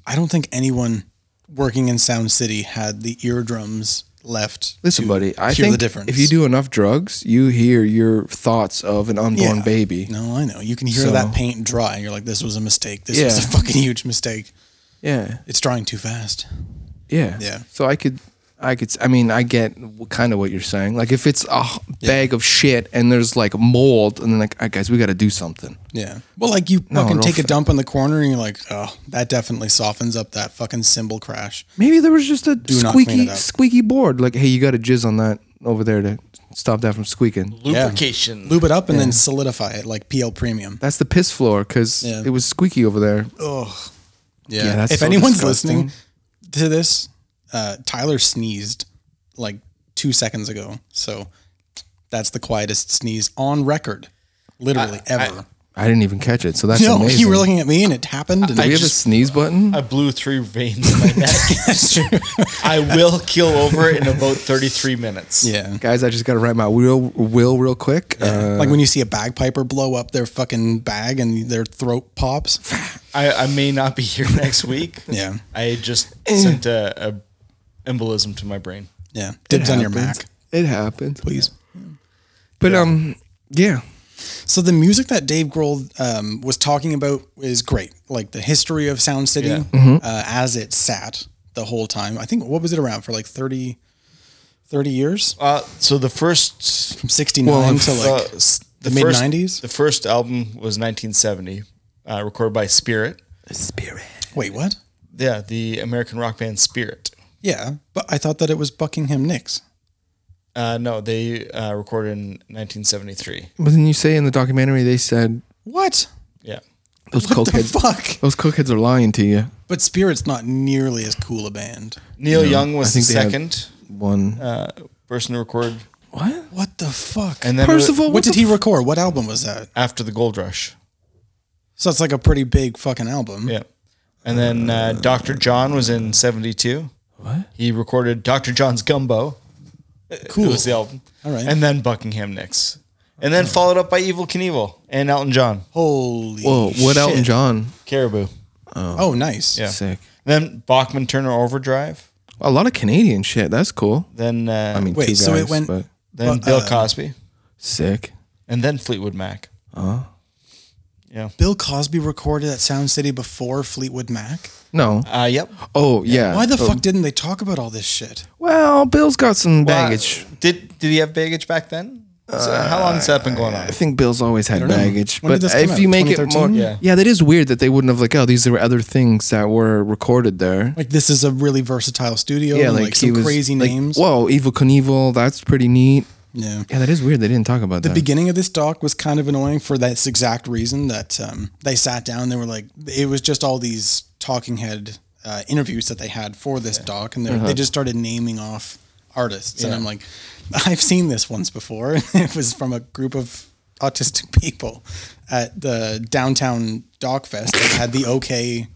Speaker 5: I don't think anyone working in Sound City had the eardrums left.
Speaker 6: Listen,
Speaker 5: to
Speaker 6: buddy, I
Speaker 5: hear
Speaker 6: think
Speaker 5: the difference.
Speaker 6: if you do enough drugs, you hear your thoughts of an unborn
Speaker 5: Yeah.
Speaker 6: baby.
Speaker 5: No, I know. You can hear
Speaker 6: So-
Speaker 5: that paint dry, and you're like, "This was a mistake. This was
Speaker 6: Yeah.
Speaker 5: a fucking huge mistake.
Speaker 6: Yeah.
Speaker 5: It's drying too fast."
Speaker 6: Yeah.
Speaker 5: Yeah.
Speaker 6: So I could, I could, I mean, I get kind of what you're saying. Like if it's a h- bag of shit and there's like mold and then like, all right, guys, we got to do something.
Speaker 5: Yeah. Well, like you
Speaker 6: No,
Speaker 5: fucking
Speaker 6: real
Speaker 5: take a
Speaker 6: fast.
Speaker 5: dump in the corner, and you're like, "Oh, that definitely softens up that fucking cymbal crash."
Speaker 6: Maybe there was just a
Speaker 5: not clean
Speaker 6: squeaky,
Speaker 5: it up.
Speaker 6: squeaky board. Like, hey, you got to jizz on that over there to stop that from squeaking.
Speaker 4: Lubrication.
Speaker 5: Lube it up and then solidify it like PL Premium.
Speaker 6: That's the piss floor because
Speaker 5: Yeah.
Speaker 6: it was squeaky over there.
Speaker 5: Ugh. Yeah.
Speaker 6: Yeah, that's
Speaker 5: if
Speaker 6: so
Speaker 5: anyone's
Speaker 6: disgusting.
Speaker 5: listening to this, uh, Tyler sneezed like two seconds ago. So that's the quietest sneeze on record, literally ever.
Speaker 6: I didn't even catch it, so that's
Speaker 5: [LAUGHS] no,
Speaker 6: amazing.
Speaker 5: you were looking at me and it happened. And
Speaker 6: Do
Speaker 5: I,
Speaker 6: we have a [LAUGHS]
Speaker 5: just,
Speaker 6: sneeze button?
Speaker 4: I blew three veins in
Speaker 5: [LAUGHS]
Speaker 4: my neck. I will keel over in about 33 minutes.
Speaker 5: yeah.
Speaker 6: Guys, I just got to write my will, will real quick. Uh,
Speaker 5: like when you see a bagpiper blow up their fucking bag and their
Speaker 6: [LAUGHS]
Speaker 5: throat pops.
Speaker 4: I, I may not be here next week.
Speaker 5: [LAUGHS] Yeah.
Speaker 4: I just sent a, a embolism to my brain.
Speaker 5: Yeah. Dibs on your Mac,
Speaker 6: Uh, it happens.
Speaker 5: please.
Speaker 6: But um, yeah,
Speaker 5: So the music that Dave Grohl um, was talking about is great. Like the history of Sound City
Speaker 4: Yeah.
Speaker 5: uh, as it sat the whole time. I think, what was it around for like 30, 30 years?
Speaker 4: Uh, so the first
Speaker 5: From 69 to like,
Speaker 4: uh, s-
Speaker 5: the mid-nineties?
Speaker 4: first- The first album was 1970, uh, recorded by Spirit.
Speaker 5: wait, what?
Speaker 4: Yeah, the American rock band Spirit.
Speaker 5: Yeah. But I thought that it was Buckingham Nicks.
Speaker 4: Uh, no, they uh, recorded in 1973.
Speaker 6: but then you say in the documentary they said
Speaker 5: What?
Speaker 4: Yeah.
Speaker 6: those
Speaker 5: What the
Speaker 6: cokeheads,
Speaker 5: fuck?
Speaker 6: those cokeheads are lying to you.
Speaker 5: But Spirit's not nearly as cool a band.
Speaker 4: Neil Young was
Speaker 6: I think
Speaker 4: the
Speaker 6: they had-
Speaker 4: second uh,
Speaker 6: One
Speaker 5: Uh,
Speaker 4: person to record,
Speaker 6: what?
Speaker 5: What the fuck?
Speaker 4: and then it was
Speaker 6: Percival,
Speaker 5: what did he record? What album was that?
Speaker 4: after the Gold Rush.
Speaker 5: So it's like a pretty big fucking album.
Speaker 4: Yeah. And then uh, Dr. John was in 72. What? He recorded Dr. John's Gumbo. Cool. It was the album.
Speaker 5: All right.
Speaker 4: And then Buckingham Nicks. And then followed up by Evil Knievel and Elton John,
Speaker 5: Holy.
Speaker 6: Whoa, what Elton John?
Speaker 4: Caribou.
Speaker 5: Oh, nice.
Speaker 4: Yeah.
Speaker 6: Sick.
Speaker 4: Then Bachman Turner Overdrive.
Speaker 6: A lot of Canadian shit. That's cool.
Speaker 4: Then uh,
Speaker 6: I mean,
Speaker 5: Wait,
Speaker 6: two
Speaker 5: so it
Speaker 6: guys,
Speaker 5: went-
Speaker 6: but
Speaker 4: then
Speaker 5: but,
Speaker 4: Bill
Speaker 5: uh,
Speaker 4: Cosby.
Speaker 6: sick.
Speaker 4: And then Fleetwood Mac.
Speaker 5: Bill Cosby recorded at Sound City before Fleetwood Mac?
Speaker 6: No.
Speaker 4: Uh, yep.
Speaker 6: Oh yeah.
Speaker 5: Why the
Speaker 6: Oh,
Speaker 5: fuck didn't they talk about all this shit?
Speaker 6: Well, Bill's got some baggage.
Speaker 4: Uh, did did he have baggage back then? So how long has that been going on?
Speaker 6: I think Bill's always had baggage,
Speaker 5: When did
Speaker 6: but
Speaker 5: this come
Speaker 6: if
Speaker 5: out?
Speaker 6: you make it more,
Speaker 5: 2013?
Speaker 6: yeah.
Speaker 4: Yeah.
Speaker 6: that is weird that they wouldn't have like, oh, these are other things that were recorded there.
Speaker 5: Like this is a really versatile studio.
Speaker 6: yeah,
Speaker 5: and
Speaker 6: like,
Speaker 5: like,
Speaker 6: he
Speaker 5: some
Speaker 6: was
Speaker 5: crazy
Speaker 6: like,
Speaker 5: names.
Speaker 6: Whoa, Evil Knievel, that's pretty neat.
Speaker 5: Yeah.
Speaker 6: Yeah, that is weird. They didn't talk about
Speaker 5: The
Speaker 6: that.
Speaker 5: beginning of this doc was kind of annoying for this exact reason that um, they sat down. They were like, it was just all these talking head uh, interviews that they had for this doc, and they
Speaker 6: Uh-huh.
Speaker 5: they just started naming off artists. And I'm like, I've seen this once before. [LAUGHS] it was from a group of autistic [LAUGHS] people at the downtown doc fest. They had the OK,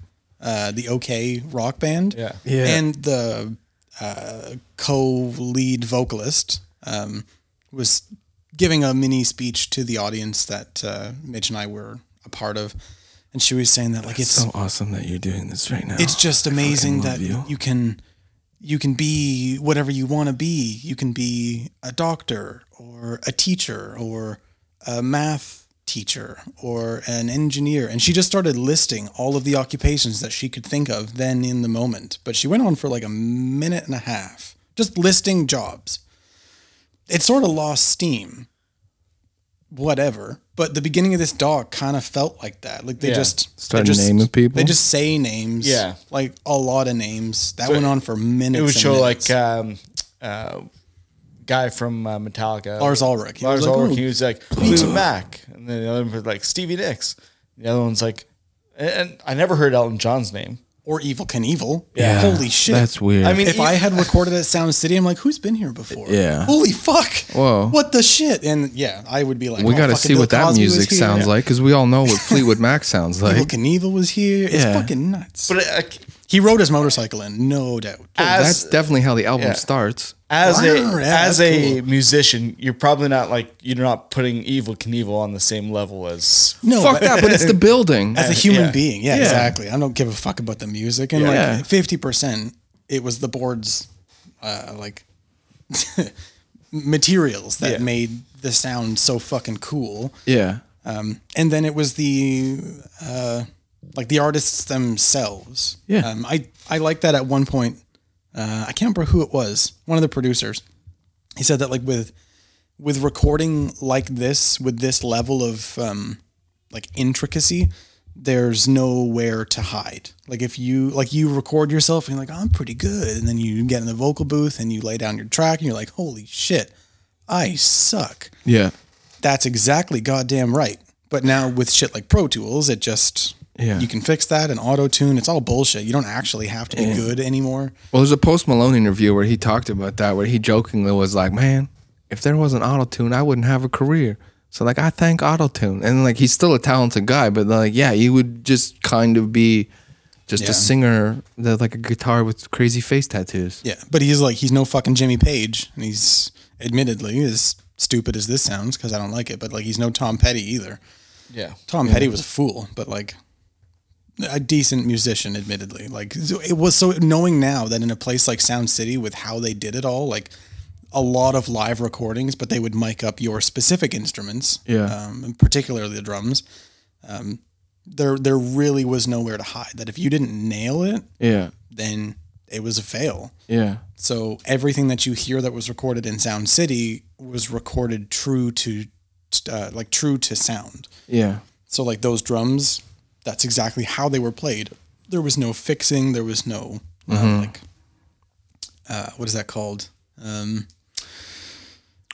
Speaker 5: uh, the OK rock band,
Speaker 4: Yeah.
Speaker 6: Yeah.
Speaker 5: and the co-lead vocalist um, was giving a mini speech to the audience that uh, Mitch and I were a part of, and she was saying that like it's
Speaker 6: so awesome that you're doing this right now.
Speaker 5: it's just amazing
Speaker 6: love
Speaker 5: that
Speaker 6: you.
Speaker 5: you. can you can be whatever you want to be. You can be a doctor or a teacher or a math teacher or an engineer. And she just started listing all of the occupations that she could think of then in the moment. But she went on for like a minute and a half just listing jobs. It sort of lost steam whatever. But the beginning of this doc kind of felt like that. Like they
Speaker 4: Yeah.
Speaker 5: just
Speaker 6: Start
Speaker 5: they just,
Speaker 6: naming people?
Speaker 5: They just say names.
Speaker 4: Yeah.
Speaker 5: like a lot of names. That went on for minutes.
Speaker 4: It would
Speaker 5: and
Speaker 4: show
Speaker 5: minutes.
Speaker 4: like um, uh, guy from uh, Metallica,
Speaker 5: Lars Ulrich. He
Speaker 4: Lars
Speaker 5: was like,
Speaker 4: Ulrich.
Speaker 5: "Ooh."
Speaker 4: He was like Fleetwood Mac, and then the other one was like Stevie Nicks. The other one's like, and, and I never heard Elton John's name.
Speaker 5: or Evil Can Evil. Yeah, holy shit.
Speaker 7: That's weird.
Speaker 4: I mean, e-
Speaker 5: if I had recorded at Sound City, I'm like, who's been here before?
Speaker 7: Yeah.
Speaker 5: Holy fuck.
Speaker 6: Whoa.
Speaker 5: What the shit? And yeah, I would be like,
Speaker 6: We
Speaker 5: oh,
Speaker 6: got to
Speaker 5: fucking
Speaker 6: see
Speaker 5: Bill
Speaker 6: what that
Speaker 5: Cosby was
Speaker 6: music
Speaker 5: here.
Speaker 6: sounds like because we all know what
Speaker 5: [LAUGHS]
Speaker 6: Fleetwood Mac sounds
Speaker 5: Evil
Speaker 6: like.
Speaker 5: Knievel was here. It's
Speaker 7: Yeah.
Speaker 5: fucking nuts.
Speaker 4: but it,
Speaker 5: he rode his motorcycle in, no doubt.
Speaker 4: Uh,
Speaker 6: That's
Speaker 4: as
Speaker 6: definitely how the album
Speaker 4: yeah.
Speaker 6: starts.
Speaker 4: as a
Speaker 5: Yeah,
Speaker 4: as
Speaker 5: that's
Speaker 4: a musician, you're probably not like you're not putting Evil Knievel on the same level as
Speaker 5: No,
Speaker 6: Fuck
Speaker 5: but
Speaker 6: that, but [LAUGHS] it's the building.
Speaker 5: as a human
Speaker 4: yeah.
Speaker 5: being, yeah, exactly. I don't give a fuck about the music. And
Speaker 7: Yeah.
Speaker 5: like fifty percent, it was the board's uh, like [LAUGHS] materials that
Speaker 4: Yeah.
Speaker 5: made the sound so fucking cool.
Speaker 7: yeah.
Speaker 5: and then it was the uh, like the artists themselves.
Speaker 7: Yeah.
Speaker 5: um, I I like that at one point. Uh, I can't remember who it was. One of the producers. He said that like with with recording like this with this level of um, like intricacy, there's nowhere to hide. Like if you like you record yourself and you're like "Oh, I'm pretty good, and then you get in the vocal booth and you lay down your track and you're like holy shit, I suck.
Speaker 7: Yeah.
Speaker 5: That's exactly goddamn right. But now with shit like Pro Tools, it just
Speaker 7: Yeah.
Speaker 5: you can fix that and auto tune. It's all bullshit. You don't actually have to be good anymore.
Speaker 6: Well, there's a Post Malone interview where he talked about that, where he jokingly was like, "Man, if there wasn't auto tune, I wouldn't have a career." So like, I thank auto tune, and like he's still a talented guy, but like, yeah, you would just kind of be just
Speaker 5: Yeah.
Speaker 6: a singer that like a guitar with crazy face tattoos.
Speaker 5: Yeah, but he's like he's no fucking Jimmy Page, and he's admittedly as stupid as this sounds because I don't like it. But like he's no Tom Petty either.
Speaker 4: yeah.
Speaker 5: Tom Petty was a fool, but like a decent musician, admittedly. Like so it was so knowing now that in a place like Sound City, with how they did it all, like a lot of live recordings, but they would mic up your specific instruments,
Speaker 7: Yeah.
Speaker 5: um, and particularly the drums. Um, there, there really was nowhere to hide. That if you didn't nail it,
Speaker 7: Yeah.
Speaker 5: then it was a fail.
Speaker 7: Yeah.
Speaker 5: So everything that you hear that was recorded in Sound City was recorded true to, uh, like true to sound.
Speaker 7: Yeah.
Speaker 5: So like those drums, that's exactly how they were played. There was no fixing. There was no uh,
Speaker 6: Mm-hmm.
Speaker 5: like, uh, what is that called? Um,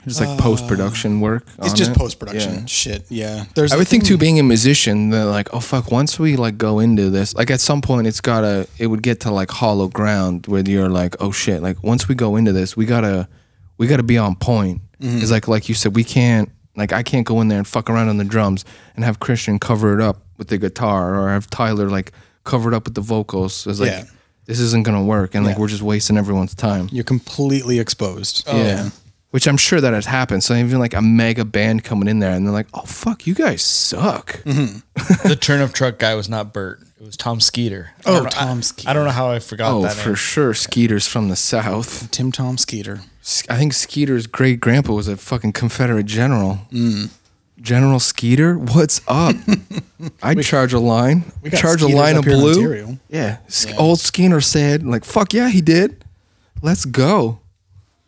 Speaker 6: Just like post production work.
Speaker 5: Uh, it's
Speaker 6: on
Speaker 5: just
Speaker 6: it.
Speaker 5: post production
Speaker 6: Yeah.
Speaker 5: shit. Yeah, there's.
Speaker 6: I
Speaker 5: the
Speaker 6: would think
Speaker 5: thing-
Speaker 6: too, being a musician, that like, oh fuck, once we like go into this, like at some point, it's gotta, it would get to like hollow ground where you're like, oh shit, like once we go into this, we gotta, we gotta be on point. It's like, like you said, we can't, like I can't go in there and fuck around on the drums and have Christian cover it up with the guitar or have Tyler like cover it up with the vocals. It's like
Speaker 5: Yeah.
Speaker 6: this isn't gonna work, and like we're just wasting everyone's time.
Speaker 5: You're completely exposed.
Speaker 6: Yeah. Which I'm sure that has happened. So even like a mega band coming in there and they're like, oh fuck, you guys
Speaker 4: [LAUGHS]
Speaker 6: suck.
Speaker 4: the turnip truck guy was not Bert. It was Tom Skeeter. I
Speaker 5: Oh,
Speaker 4: don't know- I-
Speaker 5: Tom
Speaker 4: I
Speaker 5: Skeeter.
Speaker 4: don't know how I forgot
Speaker 6: Oh,
Speaker 4: that.
Speaker 6: for
Speaker 4: name.
Speaker 6: sure. Skeeter's from the South.
Speaker 5: Tim Tom Skeeter.
Speaker 6: S- I think Skeeter's great grandpa was a fucking Confederate general. General Skeeter? What's up? I'd charge a line. charge a
Speaker 5: Skeeters
Speaker 6: line of
Speaker 5: up here in
Speaker 6: blue.
Speaker 5: Ontario.
Speaker 6: Yeah. S- Old Skeeter said, like, fuck yeah, he did. Let's go.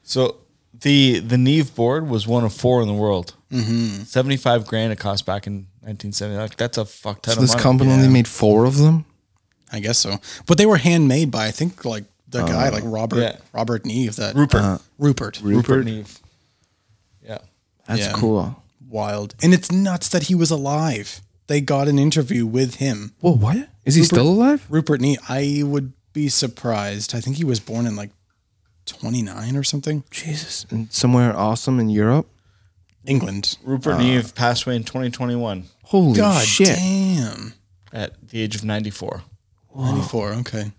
Speaker 4: So the the Neve board was one of four in the world. Seventy five grand it cost back in nineteen seventy. Like that's a fuck ton
Speaker 6: So
Speaker 4: of
Speaker 6: this
Speaker 4: money.
Speaker 6: company only made four of them?
Speaker 5: I guess so. But they were handmade by I think like the
Speaker 6: Oh,
Speaker 5: guy like Robert
Speaker 4: yeah.
Speaker 5: Robert Neve that
Speaker 4: Rupert.
Speaker 6: Uh-huh.
Speaker 5: Rupert.
Speaker 4: Rupert Neve. Yeah.
Speaker 6: That's
Speaker 5: Yeah.
Speaker 6: cool.
Speaker 5: Wild. And it's nuts that he was alive. They got an interview with him.
Speaker 6: Whoa, what? Is he still alive?
Speaker 5: Rupert Nee, I would be surprised. I think he was born in like 29 or something.
Speaker 6: Jesus. And somewhere awesome in Europe?
Speaker 5: England.
Speaker 4: Rupert Neve passed away in twenty twenty one
Speaker 6: Holy
Speaker 5: God
Speaker 6: shit.
Speaker 5: damn.
Speaker 4: at the age of ninety four.
Speaker 5: 94. Okay.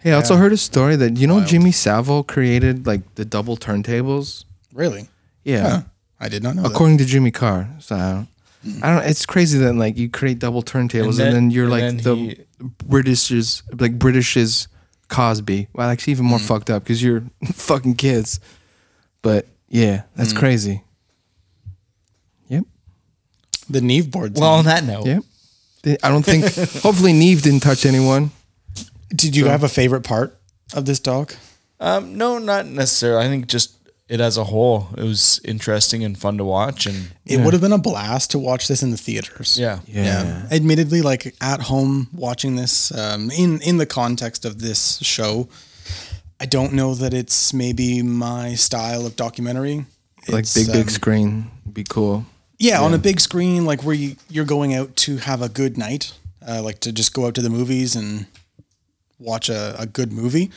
Speaker 6: Hey, I also heard a story that you know Jimmy Savile created like the double turntables.
Speaker 5: Really?
Speaker 6: Yeah,
Speaker 5: I did not know that.
Speaker 6: according to Jimmy Carr. So I don't, I don't. It's crazy that like you create double turntables and then,
Speaker 4: then-
Speaker 6: you're
Speaker 4: and
Speaker 6: like
Speaker 4: then
Speaker 6: the
Speaker 4: he-
Speaker 6: British's like British's Cosby. Well, that's even more fucked up because you're [LAUGHS] fucking kids. But yeah, that's crazy. Yep.
Speaker 5: The Neve board.
Speaker 4: Well, on
Speaker 5: Well,
Speaker 4: that note,
Speaker 6: Yep. I
Speaker 4: [LAUGHS]
Speaker 6: don't think. hopefully, Neve didn't touch anyone.
Speaker 5: did you have a favorite part of this doc?
Speaker 4: um, no, not necessarily. I think just it as a whole. It was interesting and fun to watch. And
Speaker 5: It would have been a blast to watch this in the theaters.
Speaker 4: yeah,
Speaker 5: Yeah. Admittedly, like at home watching this um, in in the context of this show, I don't know that it's maybe my style of documentary.
Speaker 6: like
Speaker 5: It's,
Speaker 6: big
Speaker 5: um,
Speaker 6: big screen would be cool.
Speaker 5: Yeah, on a big screen, like where you, you're going out to have a good night, uh, like to just go out to the movies and watch a, a good movie.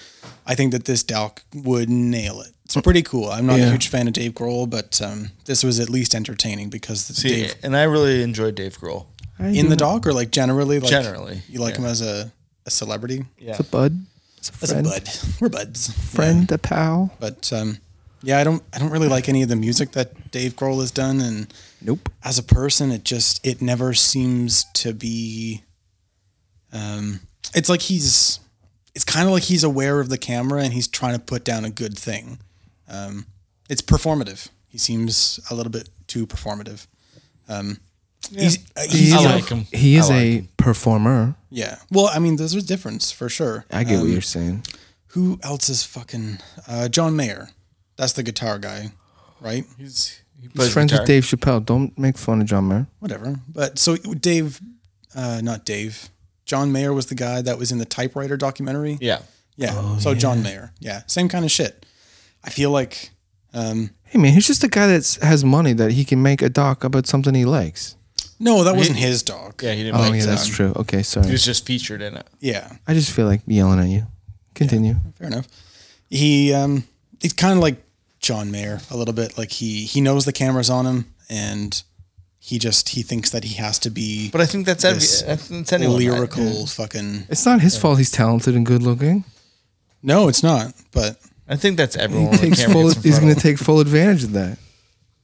Speaker 5: I think that this doc would nail it. It's pretty cool. I'm not a
Speaker 6: Yeah.
Speaker 5: huge fan of Dave Grohl, but um, this was at least entertaining because
Speaker 4: See,
Speaker 5: Dave
Speaker 4: and I really enjoyed Dave Grohl.
Speaker 5: in the doc or like generally, like
Speaker 4: Generally,
Speaker 5: you like him as a, a celebrity.
Speaker 4: Yeah,
Speaker 6: It's a bud. It's a
Speaker 5: As a
Speaker 6: friend.
Speaker 5: bud, we're buds.
Speaker 6: Friend, a pal.
Speaker 5: But um, yeah, I don't I don't really like any of the music that Dave Grohl has done, and
Speaker 6: Nope.
Speaker 5: as a person, it just it never seems to be. Um, it's like he's, it's kind of like he's aware of the camera and he's trying to put down a good thing. Um, it's performative. He seems a little bit too performative. Um, he's, uh, he's-
Speaker 4: I like him.
Speaker 6: He is
Speaker 4: I like
Speaker 6: a performer.
Speaker 5: yeah. Well, I mean, there's a difference for sure.
Speaker 6: I
Speaker 4: Um,
Speaker 6: get what you're saying.
Speaker 5: Who else is fucking uh, John Mayer? That's the guitar guy, right?
Speaker 4: he's he plays
Speaker 6: He's friends
Speaker 4: guitar.
Speaker 6: with Dave Chappelle. Don't make fun of John Mayer.
Speaker 5: whatever. But so Dave, uh, not Dave, John Mayer was the guy that was in the typewriter documentary.
Speaker 4: Yeah,
Speaker 5: Yeah.
Speaker 6: Oh,
Speaker 5: so John Mayer. Yeah. Same kind of shit. I feel like, um,
Speaker 6: Hey man, he's just a guy that has money that he can make a doc about something he likes.
Speaker 5: no, that wasn't his dog.
Speaker 4: yeah, he didn't.
Speaker 6: Oh
Speaker 4: like that.
Speaker 6: yeah, that's true. Okay,
Speaker 4: He
Speaker 6: sorry.
Speaker 4: was just featured in it.
Speaker 5: Yeah.
Speaker 6: I just feel like yelling at you. Continue.
Speaker 5: Fair enough. He, um, he's kind of like John Mayer a little bit. Like he, he knows the camera's on him and he just, he thinks that he has to be
Speaker 4: But I think that's every.
Speaker 5: This
Speaker 4: That's, that's anyone.
Speaker 5: lyrical fucking.
Speaker 6: It's not his fault. He's talented and good looking.
Speaker 5: No, it's not. But
Speaker 4: I think that's everyone.
Speaker 6: He
Speaker 4: when the
Speaker 6: takes
Speaker 4: camera
Speaker 6: full.
Speaker 4: gets in
Speaker 6: He's
Speaker 4: front
Speaker 6: gonna
Speaker 4: of them.
Speaker 6: take full advantage of that.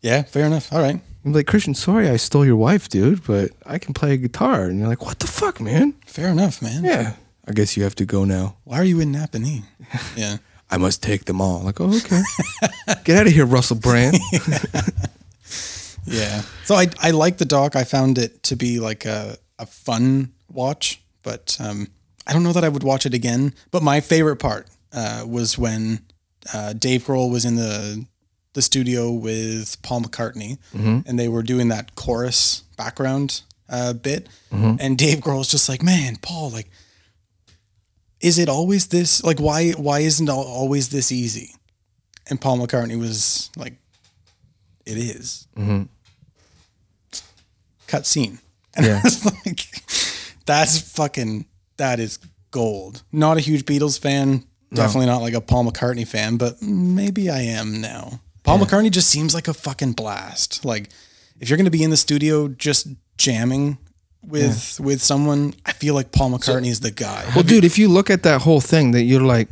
Speaker 5: yeah, fair enough. All right.
Speaker 6: I'm like Christian. Sorry, I stole your wife, dude. But I can play guitar. And you're like, what the fuck, man?
Speaker 5: Fair enough, man.
Speaker 6: Yeah. I guess you have to go now.
Speaker 5: Why are you in Napanee? Yeah.
Speaker 6: I must take them all. Like, oh, okay. [LAUGHS] Get out of here, Russell Brand. [LAUGHS]
Speaker 5: Yeah. So I I like the doc. I found it to be like a, a fun watch, but um, I don't know that I would watch it again. But my favorite part uh, was when uh, Dave Grohl was in the the studio with Paul McCartney, and they were doing that chorus background uh, bit, and Dave Grohl's just like, "Man, Paul, like, is it always this? Like, why why isn't it al- always this easy?" And Paul McCartney was like, "It is." cut [LAUGHS] scene. And I was like, that's fucking, that is gold. Not a huge Beatles fan, definitely not like a Paul McCartney fan, but maybe I am now. Paul McCartney just seems like a fucking blast. Like, if you're going to be in the studio just jamming with with someone, I feel like Paul McCartney is the guy.
Speaker 6: well, dude, if you look at that whole thing, that you're like,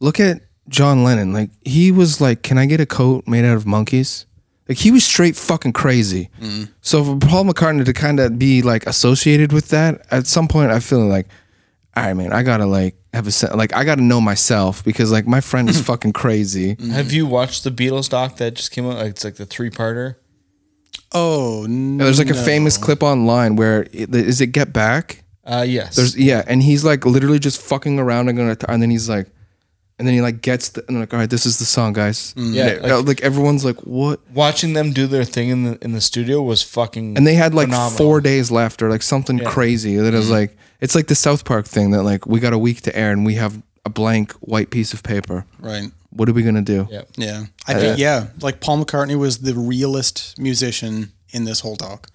Speaker 6: look at John Lennon. Like, he was like, can I get a coat made out of monkeys? Like, he was straight fucking crazy. So for Paul McCartney to kind of be like associated with that, at some point, I feel like, all right, man, I gotta like have a se- like, I gotta know myself because like my friend is fucking crazy.
Speaker 4: Have you watched the Beatles doc that just came out? Like, it's like the three parter.
Speaker 5: oh, no.
Speaker 6: There's like a famous clip online where it- is it Get Back?
Speaker 4: Uh, yes.
Speaker 6: There's yeah, and he's like literally just fucking around and going, and then he's like, and then he like gets the, and like, all right, this is the song, guys.
Speaker 4: Mm. Yeah,
Speaker 6: And it-
Speaker 4: like-
Speaker 6: like, everyone's like, what?
Speaker 4: watching them do their thing in the in the studio was fucking.
Speaker 6: And they had like
Speaker 4: phenomenal. Mm-hmm.
Speaker 6: four days left or like something crazy that is like, it's like the South Park thing that like we got a week to air and we have a blank white piece of paper.
Speaker 5: Right.
Speaker 6: What are we gonna do?
Speaker 4: Yeah.
Speaker 5: Yeah. I think, yeah. Like Paul McCartney was the realest musician in this whole doc.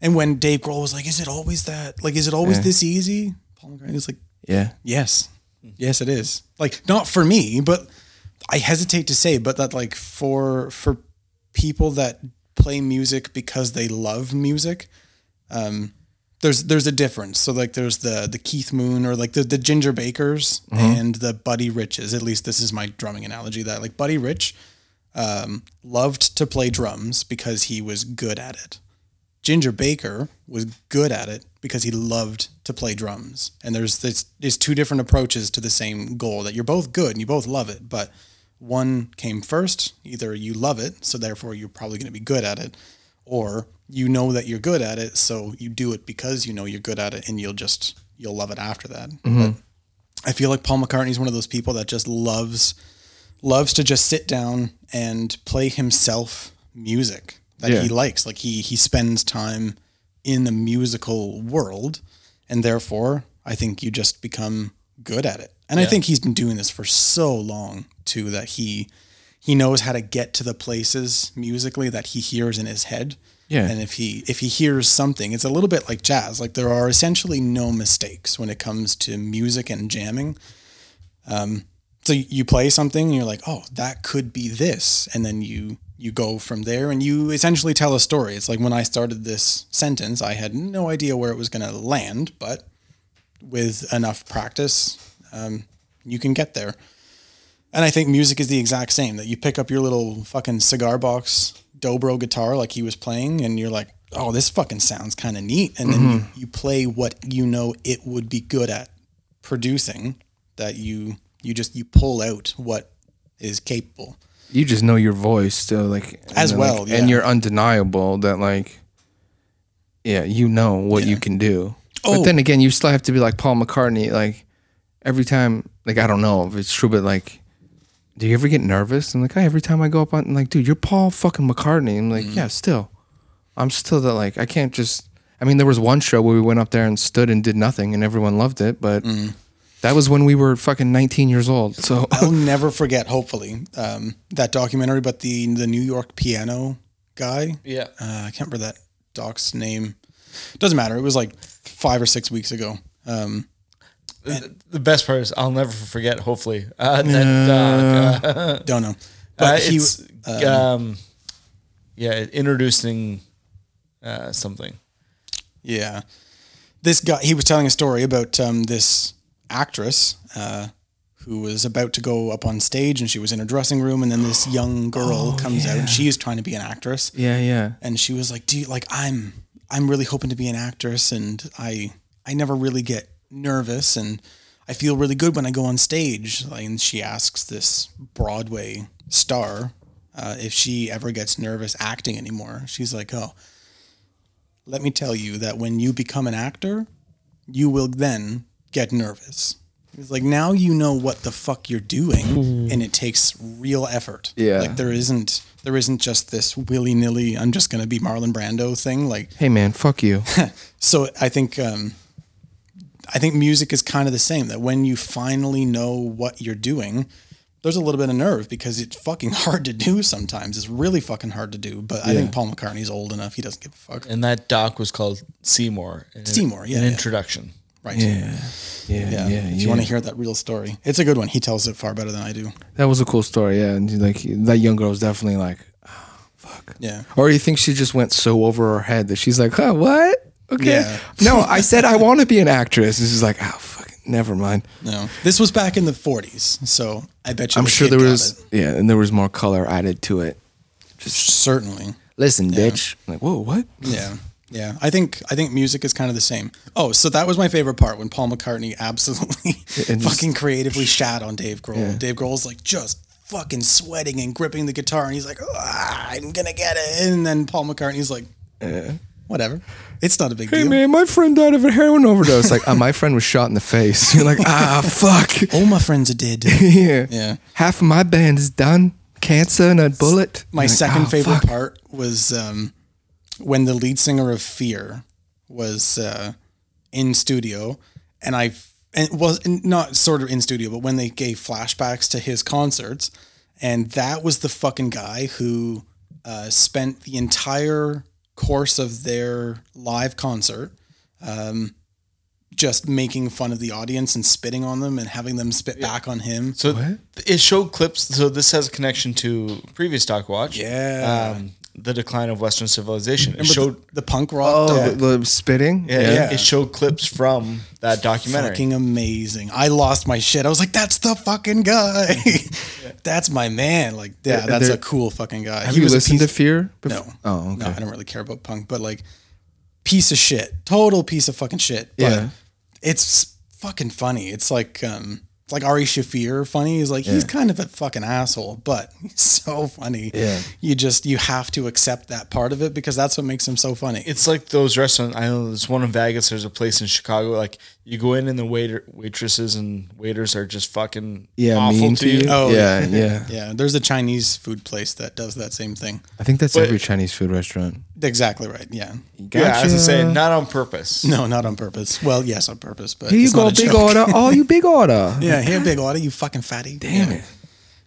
Speaker 5: And when Dave Grohl was like, is it always that? Like, is it always this easy? Paul McCartney was like,
Speaker 6: Yeah.
Speaker 5: yes. Yes, it is. Like, not for me, but I hesitate to say, but that like for, for people that play music because they love music, um, there's there's a difference. So like there's the the Keith Moon or like the the Ginger Bakers and the Buddy Riches. At least this is my drumming analogy that like Buddy Rich um, loved to play drums because he was good at it. Ginger Baker was good at it because he loved to play drums. And there's this there's two different approaches to the same goal that you're both good and you both love it, but one came first. Either you love it, so therefore you're probably going to be good at it, or you know that you're good at it, so you do it because you know you're good at it and you'll just you'll love it after that. But I feel like Paul McCartney's one of those people that just loves loves to just sit down and play himself music that he likes. Like he he spends time in the musical world, and therefore I think you just become good at it. And I think he's been doing this for so long too that he he knows how to get to the places musically that he hears in his head.
Speaker 6: Yeah.
Speaker 5: And if he if he hears something, it's a little bit like jazz. Like there are essentially no mistakes when it comes to music and jamming. So you- you play something and you're like, oh, that could be this. And then you you go from there and you essentially tell a story. It's like when I started this sentence, I had no idea where it was gonna land, but with enough practice, um, you can get there. And I think music is the exact same that you pick up your little fucking cigar box dobro guitar like he was playing, and you're like, oh, this fucking sounds kind of neat. And then you, you play what you know it would be good at producing that you you just you pull out what is capable.
Speaker 6: you just know your voice so like and
Speaker 5: As
Speaker 6: then, like,
Speaker 5: well, yeah.
Speaker 6: and you're undeniable that like yeah you know what you can do
Speaker 5: Oh.
Speaker 6: but then again you still have to be like paul mccartney like every time like i don't know if it's true but like do you ever get nervous i'm like hey, every time i go up on like dude you're paul fucking mccartney i'm
Speaker 5: Mm-hmm.
Speaker 6: like yeah still i'm still that like i can't just i mean there was one show where we went up there and stood and did nothing and everyone loved it but
Speaker 5: Mm-hmm.
Speaker 6: that was when we were fucking 19 years old so
Speaker 4: [LAUGHS]
Speaker 5: I'll never forget, hopefully, um, that documentary. But the the New York piano guy,
Speaker 4: Yeah.
Speaker 5: uh, I can't remember that doc's name. Doesn't matter. It was like five or six weeks ago. Um,
Speaker 4: The best part is I'll never forget. Hopefully, uh, that dog, uh,
Speaker 5: don't know, but
Speaker 4: uh,
Speaker 5: he
Speaker 4: it's, um, yeah, introducing uh, something.
Speaker 5: Yeah. This guy, he was telling a story about um, this actress uh, who was about to go up on stage and she was in her dressing room. And then this young
Speaker 4: Oh,
Speaker 5: girl comes out and she is trying to be an actress.
Speaker 6: [LAUGHS] yeah yeah
Speaker 5: And she was like, Do you like, I'm, I'm really hoping to be an actress and I, I never really get nervous and I feel really good when I go on stage. Like, And she asks this Broadway star uh, if she ever gets nervous acting anymore. She's like, Oh, let me tell you that when you become an actor, you will then get nervous. It's like now you know what the fuck you're doing, and it takes real effort.
Speaker 6: Yeah.
Speaker 5: like there isn't there isn't just this willy nilly. I'm just gonna be Marlon Brando thing. Like
Speaker 6: hey man fuck you
Speaker 5: so, I think um, I think music is kind of the same. That when you finally know what you're doing, there's a little bit of nerve because it's fucking hard to do sometimes. It's really fucking hard to do. But I think Paul McCartney's old enough; he doesn't give a fuck.
Speaker 4: And that doc was called Seymour. An-
Speaker 5: Seymour, yeah,
Speaker 4: An
Speaker 5: yeah.
Speaker 4: introduction.
Speaker 5: Right?
Speaker 6: yeah
Speaker 5: Yeah.
Speaker 6: yeah,
Speaker 5: if you want to hear that real story, it's a good one. He tells it far better than I do.
Speaker 6: That was a cool story, yeah. And like that young girl was definitely like,
Speaker 5: Yeah.
Speaker 6: or you think she just went so over her head that she's like, huh, what? Okay,
Speaker 5: Yeah.
Speaker 6: [LAUGHS] no, I said I want to be an actress. And she's like, oh, fuck, it, never mind.
Speaker 5: No. This was back in the 40s, so I bet you.
Speaker 6: I'm
Speaker 5: the
Speaker 6: sure
Speaker 5: kid
Speaker 6: there
Speaker 5: got
Speaker 6: was,
Speaker 5: it.
Speaker 6: yeah, and there was more color added to it. [SIGHS]
Speaker 5: certainly.
Speaker 6: Listen, bitch. I'm like, whoa, what?
Speaker 5: Yeah. Yeah. I think I think music is kind of the same. Oh, so that was my favorite part when Paul McCartney [LAUGHS] absolutely
Speaker 6: [LAUGHS] And just-
Speaker 5: fucking creatively shat on Dave Grohl. Dave Grohl's like just fucking sweating and gripping the guitar and he's like, "Ah, I'm gonna get it. And then Paul McCartney's like, whatever. It's not a big
Speaker 6: Hey
Speaker 5: deal.
Speaker 6: man, my friend died of a heroin overdose. like, ah, my friend was shot in the face. [LAUGHS] You're like,
Speaker 5: [LAUGHS]
Speaker 6: ah, fuck.
Speaker 5: All my friends are
Speaker 6: [LAUGHS]
Speaker 5: dead.
Speaker 6: yeah.
Speaker 5: Yeah.
Speaker 6: Half of my band is done. Cancer and a bullet.
Speaker 5: My
Speaker 6: You're like,
Speaker 5: second
Speaker 6: "Ah,
Speaker 5: favorite
Speaker 6: fuck."
Speaker 5: part was um, when the lead singer of Fear was uh, in studio, and I and was not sort of in studio, but when they gave flashbacks to his concerts, and that was the fucking guy who uh, spent the entire course of their live concert um, just making fun of the audience and spitting on them and having them spit back on him.
Speaker 4: So it showed clips. So this has a connection to previous doc watch.
Speaker 5: Yeah.
Speaker 4: Um, the decline of Western civilization. It
Speaker 5: Remember
Speaker 4: showed.
Speaker 5: the, the punk rock.
Speaker 6: Oh,
Speaker 5: doc?
Speaker 6: the, the spitting.
Speaker 4: yeah,
Speaker 5: yeah.
Speaker 4: It showed clips from that documentary.
Speaker 5: Fucking amazing. I lost my shit. I was like, that's the
Speaker 6: [LAUGHS]
Speaker 5: fucking guy. that's my man. Like, yeah,
Speaker 6: Yeah,
Speaker 5: that's
Speaker 6: there-
Speaker 5: a cool fucking guy.
Speaker 6: Have you
Speaker 5: a
Speaker 6: listened to
Speaker 5: piece-
Speaker 6: Fear? before?
Speaker 5: No.
Speaker 6: Oh, okay.
Speaker 5: No, I don't really care about punk, but like, piece of shit. Total piece of fucking shit. But
Speaker 6: Yeah.
Speaker 5: It's fucking funny. It's like, um, It's like Ari Shafir funny. He's like, he's kind of a fucking asshole, but [LAUGHS] he's so funny.
Speaker 6: Yeah.
Speaker 5: You just, you have to accept that part of it because that's what makes him so funny.
Speaker 4: It's like those restaurants. I know there's one in Vegas. There's a place in Chicago. Like you go in and the waiter, waitresses and waiters are just fucking
Speaker 6: Yeah,
Speaker 4: awful
Speaker 6: mean
Speaker 4: to you.
Speaker 5: Oh,
Speaker 6: yeah,
Speaker 5: [LAUGHS]
Speaker 6: yeah.
Speaker 5: yeah. There's a Chinese food place that does that same thing.
Speaker 6: I think that's every Chinese food restaurant.
Speaker 5: Exactly right. Yeah.
Speaker 4: Yeah, I was gonna say
Speaker 6: Gotcha.
Speaker 4: not on purpose.
Speaker 5: No, not on purpose. Well, yes, on purpose, but
Speaker 6: Here you
Speaker 5: it's not
Speaker 6: go,
Speaker 5: a
Speaker 6: big
Speaker 5: joke.
Speaker 6: order. Oh, you big order.
Speaker 5: Yeah, here, big order, you fucking fatty.
Speaker 6: Damn
Speaker 5: yeah.
Speaker 6: it.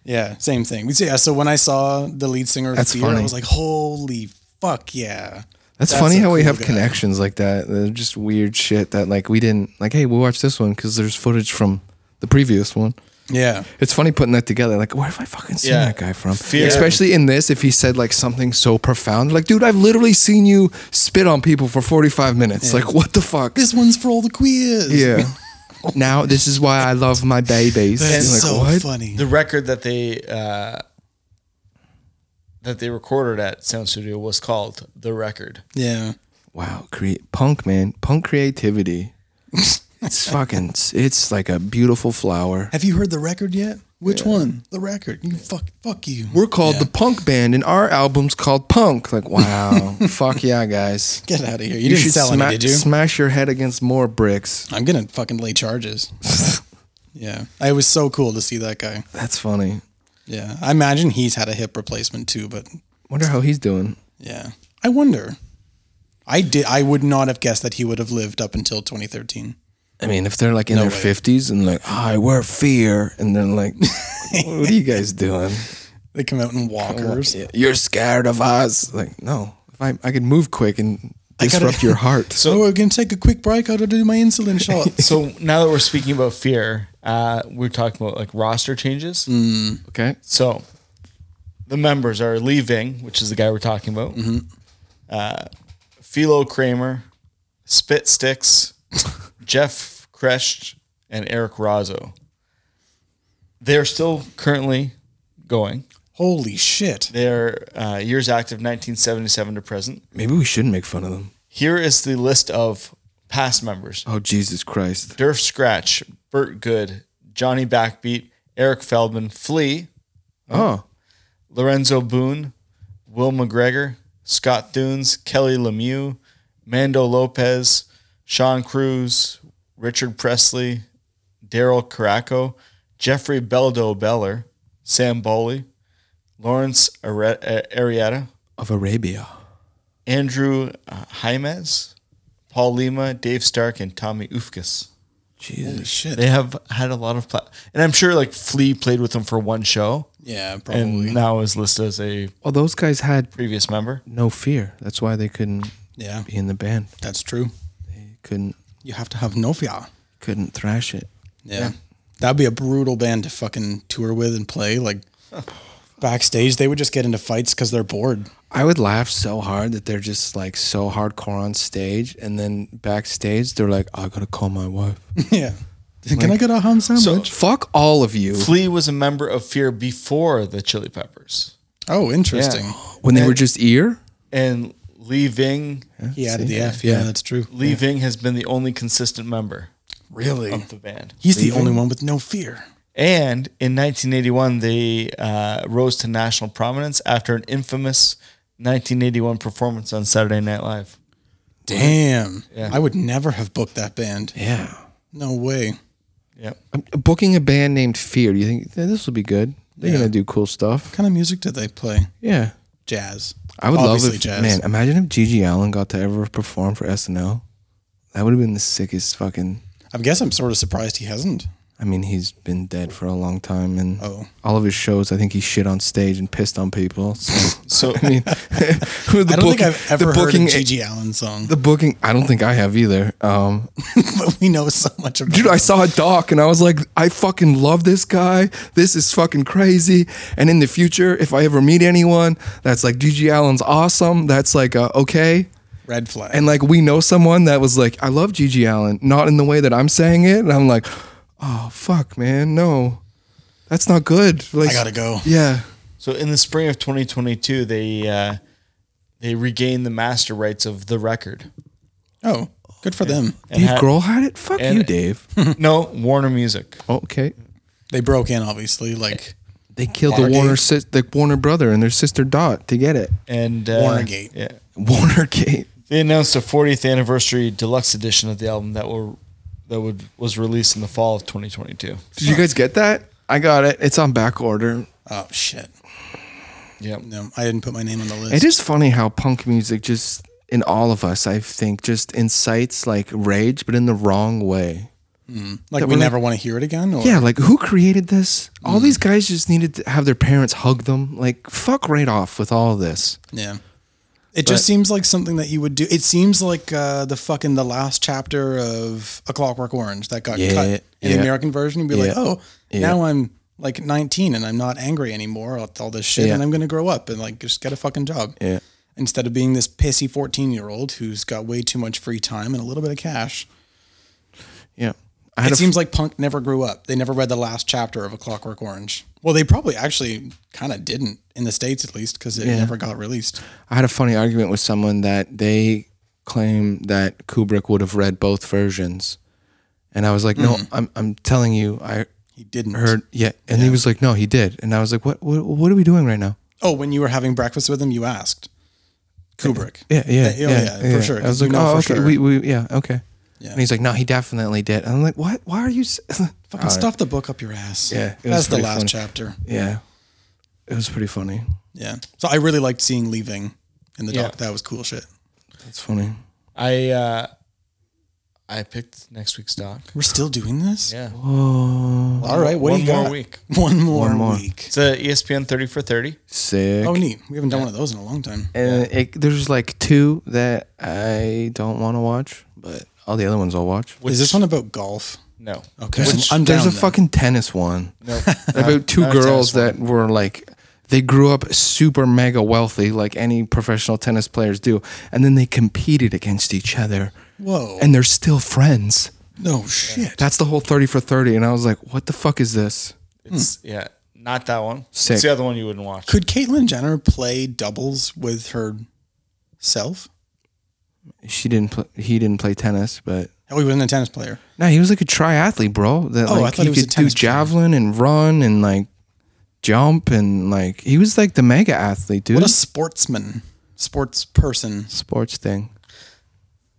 Speaker 5: Yeah, same thing. We see- Yeah, so when I saw the lead singer of
Speaker 6: That's
Speaker 5: Fear,
Speaker 6: funny.
Speaker 5: I was like, holy fuck, yeah.
Speaker 6: [LAUGHS] That's,
Speaker 5: That's
Speaker 6: funny
Speaker 5: a
Speaker 6: how we
Speaker 5: cool
Speaker 6: have
Speaker 5: guy.
Speaker 6: connections like that. They're just weird shit that like we didn't like. Hey, we'll watch this one because there's footage from the previous one.
Speaker 5: Yeah.
Speaker 6: It's funny putting that together. Like, where have I fucking seen
Speaker 4: Yeah.
Speaker 6: that guy from?
Speaker 4: Fear.
Speaker 6: Especially in this, if he said like something so profound, like, dude, I've literally seen you spit on people for 45 minutes. Like, what the fuck?
Speaker 5: This one's for all the queers. [LAUGHS]
Speaker 6: yeah. now this is why I love my babies.
Speaker 5: That's
Speaker 6: Like,
Speaker 5: so
Speaker 6: what?
Speaker 5: funny.
Speaker 4: The record that they uh, that they recorded at Sound Studio was called "The Record."
Speaker 5: Yeah.
Speaker 6: Wow, create punk man, punk creativity. it's fucking. It's like a beautiful flower.
Speaker 5: Have you heard the record yet? Which one? The record. You fuck fuck you.
Speaker 6: We're called the punk band, and our album's called Punk. Like,
Speaker 5: [LAUGHS]
Speaker 6: wow, fuck yeah, guys.
Speaker 5: Get out of here. You, didn't
Speaker 6: should
Speaker 5: sell
Speaker 6: sma-
Speaker 5: any, did you?
Speaker 6: Smash your head against more bricks.
Speaker 5: I'm gonna fucking
Speaker 6: [LAUGHS]
Speaker 5: lay charges. yeah. It was so cool to see that guy.
Speaker 6: That's funny.
Speaker 5: Yeah. I imagine he's had a hip replacement too, but
Speaker 6: Wonder how he's doing.
Speaker 5: yeah. I wonder. I did I would not have guessed that he would have lived up until twenty thirteen.
Speaker 6: I mean, if they're like in their
Speaker 5: way.
Speaker 6: fifties and like, I wear fear, and then
Speaker 5: [LAUGHS]
Speaker 6: like, what are you guys doing?
Speaker 5: They come out in walkers.
Speaker 6: You're scared of us? Like, no. If I I could move quick and disrupt your [LAUGHS] heart.
Speaker 5: So we're gonna take a quick break. I gotta do my [LAUGHS] insulin shot.
Speaker 4: So now that we're speaking about fear, uh, we're talking about like roster changes.
Speaker 6: okay.
Speaker 4: So the members are leaving, which is the guy we're talking about. Uh, Philo Kramer, Spit Sticks, Jeff Kresh, and Eric Razzo. They're still currently going.
Speaker 5: Holy shit!
Speaker 4: They're uh, years active 1977 to present.
Speaker 6: Maybe we shouldn't make fun of them.
Speaker 4: Here is the list of past members
Speaker 6: Oh Jesus Christ!
Speaker 4: Durf Scratch, Burt Good, Johnny Backbeat, Eric Feldman, Flea,
Speaker 6: Oh,
Speaker 4: Lorenzo Boone, Will McGregor, Scott Thunes, Kelly Lemieux, Mando Lopez, Sean Cruz, Richard Presley, Daryl Caraco, Jeffrey Beldo Beller, Sam Bowley, Lawrence uh, Are- A- Arietta,
Speaker 6: of Arabia.
Speaker 4: Andrew uh, Jaimes, Paul Lima, Dave Stark, and Tommy Ufkis.
Speaker 5: Holy shit!
Speaker 4: They have had a lot of, pla- and I'm sure like Flea played with them for one show,
Speaker 5: Yeah, probably.
Speaker 4: and now is listed as a
Speaker 6: Well, those guys had
Speaker 4: previous member.
Speaker 6: no fear. That's why they couldn't
Speaker 5: yeah,
Speaker 6: be in the band.
Speaker 5: that's true.
Speaker 6: They couldn't
Speaker 5: You have to have no fear.
Speaker 6: couldn't thrash it.
Speaker 5: Yeah. that'd be a brutal band to fucking tour with and play. Like backstage, they would just get into fights because they're bored.
Speaker 6: I would laugh so hard that they're just like so hardcore on stage, and then backstage they're like, "I gotta call my wife."
Speaker 5: yeah. Can I get a ham sandwich?
Speaker 6: Fuck all of you.
Speaker 4: Flea was a member of Fear before the Chili Peppers,
Speaker 5: oh, interesting.
Speaker 6: When they were just ear.
Speaker 4: and Lee Ving,
Speaker 5: He added the F. Yeah, that's true.
Speaker 4: Lee Ving has been the only consistent member
Speaker 5: Really?
Speaker 4: of the band.
Speaker 5: He's the only one with no fear.
Speaker 4: And in 1981, they uh, rose to national prominence after an infamous 1981 performance on Saturday Night Live.
Speaker 5: Damn. I would never have booked that band.
Speaker 6: Yeah.
Speaker 5: No way.
Speaker 4: Yep.
Speaker 6: I'm booking a band named Fear. Do you think "Yeah, this will be good? They're gonna do cool
Speaker 5: What
Speaker 6: stuff.
Speaker 5: kind of music did they play?
Speaker 6: Yeah.
Speaker 5: Jazz.
Speaker 6: I would
Speaker 5: Obviously
Speaker 6: love if
Speaker 5: jazz.
Speaker 6: man. Imagine if Gigi Allen got to ever perform for SNL. That would have been the sickest fucking.
Speaker 5: I guess I'm sort of surprised he hasn't.
Speaker 6: I mean, he's been dead for a long time, and
Speaker 5: Oh.
Speaker 6: all of his shows, I think he shit on stage and pissed on people. [LAUGHS] So,
Speaker 4: So
Speaker 6: I mean, [LAUGHS] who the
Speaker 5: I don't
Speaker 6: book-
Speaker 5: think I've ever
Speaker 6: the
Speaker 5: heard
Speaker 6: booking,
Speaker 5: a Gigi Allen song, [LAUGHS]
Speaker 6: The booking, I don't think I have either. Um,
Speaker 5: but we know so much about.
Speaker 6: dude, I
Speaker 5: him.
Speaker 6: saw a doc and I was like, I fucking love this guy. This is fucking crazy. And in the future, if I ever meet anyone that's like Gigi Allen's awesome, that's like uh, okay.
Speaker 5: Red Flag.
Speaker 6: And like we know someone that was like, I love Gigi Allen, not in the way that I'm saying it. And I'm like, oh fuck, man, no, that's not good. Like,
Speaker 5: I gotta go.
Speaker 6: Yeah.
Speaker 4: So in the spring of 2022, they uh, they regained the master rights of the record.
Speaker 5: Oh, good for them.
Speaker 4: And
Speaker 6: Dave
Speaker 4: had-
Speaker 6: Grohl had it. Fuck
Speaker 5: [LAUGHS]
Speaker 4: and-
Speaker 6: you, Dave.
Speaker 4: No, Warner Music.
Speaker 6: okay.
Speaker 5: They broke in, obviously. Like
Speaker 6: They killed the
Speaker 5: Watergate.
Speaker 6: Warner sis- the Warner brother and their sister Dot to get it. [LAUGHS]
Speaker 4: and uh,
Speaker 5: Watergate.
Speaker 4: Yeah,
Speaker 6: Warnergate.
Speaker 4: they announced a 40th anniversary deluxe edition of the album that were that would was released in the fall of 2022.
Speaker 6: Did you guys get that? I got it. It's on back order.
Speaker 5: oh shit.
Speaker 4: Yep.
Speaker 5: No, I didn't put my name on the list.
Speaker 6: It is funny how punk music just in all of us, I think, just incites like rage, but in the wrong way.
Speaker 5: like
Speaker 6: that
Speaker 5: we
Speaker 6: we're-
Speaker 5: never want to hear it again. Or,
Speaker 6: Yeah, like who created this? All these guys just needed to have their parents hug them. Like fuck right off with all this.
Speaker 5: Yeah. It just
Speaker 6: But-
Speaker 5: seems like something that you would do. It seems like uh, the fucking the last chapter of A Clockwork Orange that got
Speaker 6: Yeah,
Speaker 5: cut in
Speaker 6: yeah.
Speaker 5: the American version. You'd be
Speaker 6: Yeah,
Speaker 5: like, oh,
Speaker 6: yeah.
Speaker 5: now I'm like 19 and I'm not angry anymore at all this shit,
Speaker 6: Yeah.
Speaker 5: and I'm gonna grow up and like just get a fucking job.
Speaker 6: Yeah.
Speaker 5: Instead of being this pissy 14 year old who's got way too much free time and a little bit of cash.
Speaker 6: Yeah. I had
Speaker 5: It
Speaker 6: a
Speaker 5: seems like punk never grew up. They never read the last chapter of A Clockwork Orange. Well, they probably actually kind of didn't in the states at least because it
Speaker 6: Yeah.
Speaker 5: never got released.
Speaker 6: I had a funny argument with someone that they claim that Kubrick would have read both versions. And I was like, no, I'm, I'm telling you, I
Speaker 5: Mm. He didn't.
Speaker 6: heard, yeah. And he was like, no, he did. And I was like, what, what, what are we doing right now?
Speaker 5: Oh, when you were having breakfast with him, you asked Kubrick.
Speaker 6: Yeah, yeah,
Speaker 5: Yeah, oh, yeah, for sure,
Speaker 6: I was
Speaker 5: 'cause you
Speaker 6: like,
Speaker 5: know
Speaker 6: oh, okay,
Speaker 5: for sure.
Speaker 6: we, we, yeah, okay.
Speaker 5: Yeah.
Speaker 6: And he's like, no, he definitely did. And I'm like, what? Why are you? s- [LAUGHS]
Speaker 5: Fucking stuff the book up your ass.
Speaker 6: Yeah, it was
Speaker 5: that's the
Speaker 6: pretty
Speaker 5: last
Speaker 6: funny.
Speaker 5: chapter.
Speaker 6: Yeah, it was pretty funny.
Speaker 5: Yeah. So I really liked seeing leaving in the doc. That was cool shit.
Speaker 6: That's funny.
Speaker 4: I uh, I picked next week's doc.
Speaker 5: We're still doing this.
Speaker 4: Yeah.
Speaker 5: All right. What
Speaker 4: One
Speaker 5: do you
Speaker 4: more
Speaker 5: got?
Speaker 4: week.
Speaker 5: [LAUGHS] One more,
Speaker 6: more.
Speaker 5: week.
Speaker 4: It's a E ESPN 30 for 30.
Speaker 6: Sick.
Speaker 5: Oh, neat. We haven't done one of those in a long time.
Speaker 6: and it, there's like two that I don't want to watch, but all the other ones I'll watch.
Speaker 5: Is this one about golf?
Speaker 4: No.
Speaker 5: Okay. I'm
Speaker 6: There's
Speaker 5: down
Speaker 6: a
Speaker 5: then.
Speaker 6: fucking tennis one
Speaker 4: No.
Speaker 6: [LAUGHS] about two
Speaker 4: not a
Speaker 6: girls
Speaker 4: tennis one.
Speaker 6: that were like they grew up super mega wealthy like any professional tennis players do and then they competed against each other
Speaker 5: Whoa.
Speaker 6: and they're still friends
Speaker 5: no shit.
Speaker 6: that's the whole 30 for 30 and i was like what the fuck is this
Speaker 4: It's yeah, not that one.
Speaker 6: Sick.
Speaker 4: It's the other one you wouldn't watch.
Speaker 5: Could Caitlyn Jenner play doubles with herself?
Speaker 6: she didn't play he didn't play tennis but
Speaker 5: Oh, he wasn't a tennis player.
Speaker 6: no he was like a triathlete bro that
Speaker 5: Oh, I
Speaker 6: like he
Speaker 5: thought he was a
Speaker 6: could do
Speaker 5: tennis player.
Speaker 6: javelin and run and like jump and like he was like the mega athlete dude
Speaker 5: What a sportsman, sports person.
Speaker 6: sports thing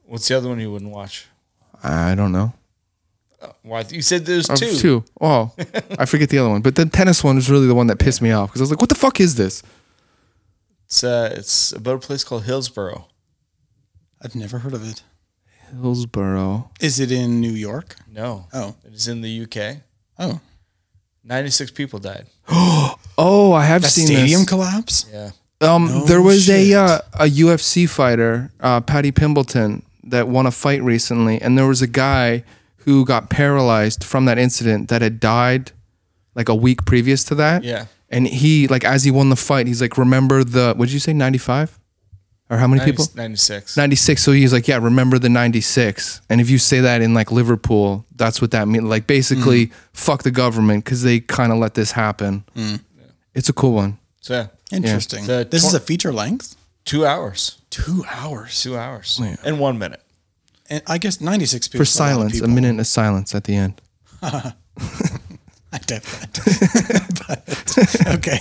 Speaker 4: What's the other one you wouldn't watch?
Speaker 6: i don't know
Speaker 4: Why you said there's
Speaker 6: Of
Speaker 4: two.
Speaker 6: two. Oh, I forget the other one, but the tennis one was really the one that pissed me off because I was like, "What the fuck is this?"
Speaker 4: It's uh, it's about a place called Hillsboro.
Speaker 5: I've never heard of it.
Speaker 6: Hillsboro.
Speaker 5: Is it in New York?
Speaker 4: No.
Speaker 5: Oh.
Speaker 4: It is in the UK.
Speaker 5: Oh,
Speaker 4: 96 people died.
Speaker 6: Oh, I have seen
Speaker 5: stadium
Speaker 6: this.
Speaker 5: collapse.
Speaker 4: Yeah.
Speaker 6: um,
Speaker 5: No
Speaker 6: there was
Speaker 5: shit.
Speaker 6: a uh, a UFC fighter, uh, Patty Pimbleton, that won a fight recently, and there was a guy who got paralyzed from that incident that had died like a week previous to that.
Speaker 4: Yeah.
Speaker 6: And he like as he won the fight, he's like, "Remember the what did you say, ninety five, or how many
Speaker 4: 90
Speaker 6: people?"
Speaker 4: 96.
Speaker 6: 96 so he's like yeah remember the 96 and if you say that in like liverpool that's what that means like basically fuck the government because they kind of let this happen it's a cool one
Speaker 4: So yeah,
Speaker 5: Interesting.
Speaker 4: The
Speaker 5: this
Speaker 4: twen-
Speaker 5: is a feature length.
Speaker 4: two hours.
Speaker 5: Two hours.
Speaker 4: Two hours. And one minute.
Speaker 5: And I guess 96 people.
Speaker 6: for silence a minute of silence at the end
Speaker 5: [LAUGHS] I doubt that. [LAUGHS] but, okay.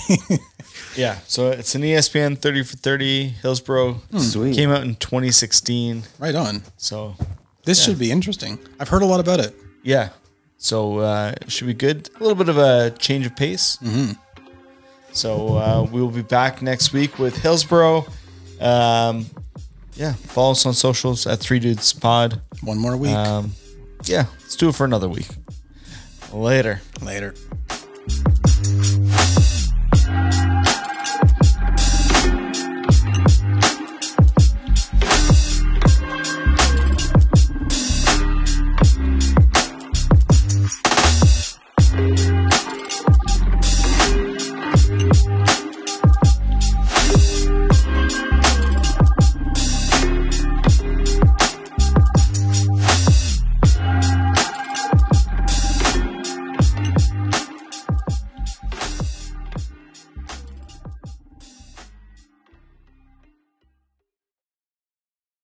Speaker 4: Yeah. So it's an E ESPN 30 for 30. Hillsboro
Speaker 5: Hmm.
Speaker 6: Sweet.
Speaker 4: came out in 2016.
Speaker 5: right on.
Speaker 4: So
Speaker 5: This should be interesting. I've heard a lot about it.
Speaker 4: yeah. So uh, it should be good. A little bit of a change of pace.
Speaker 5: Mm-hmm.
Speaker 4: So uh, we will be back next week with Hillsboro. Um, yeah. Follow us on socials at Three Dudes Pod.
Speaker 5: One more week.
Speaker 4: Um, yeah. Let's do it for another week. Later.
Speaker 5: Later.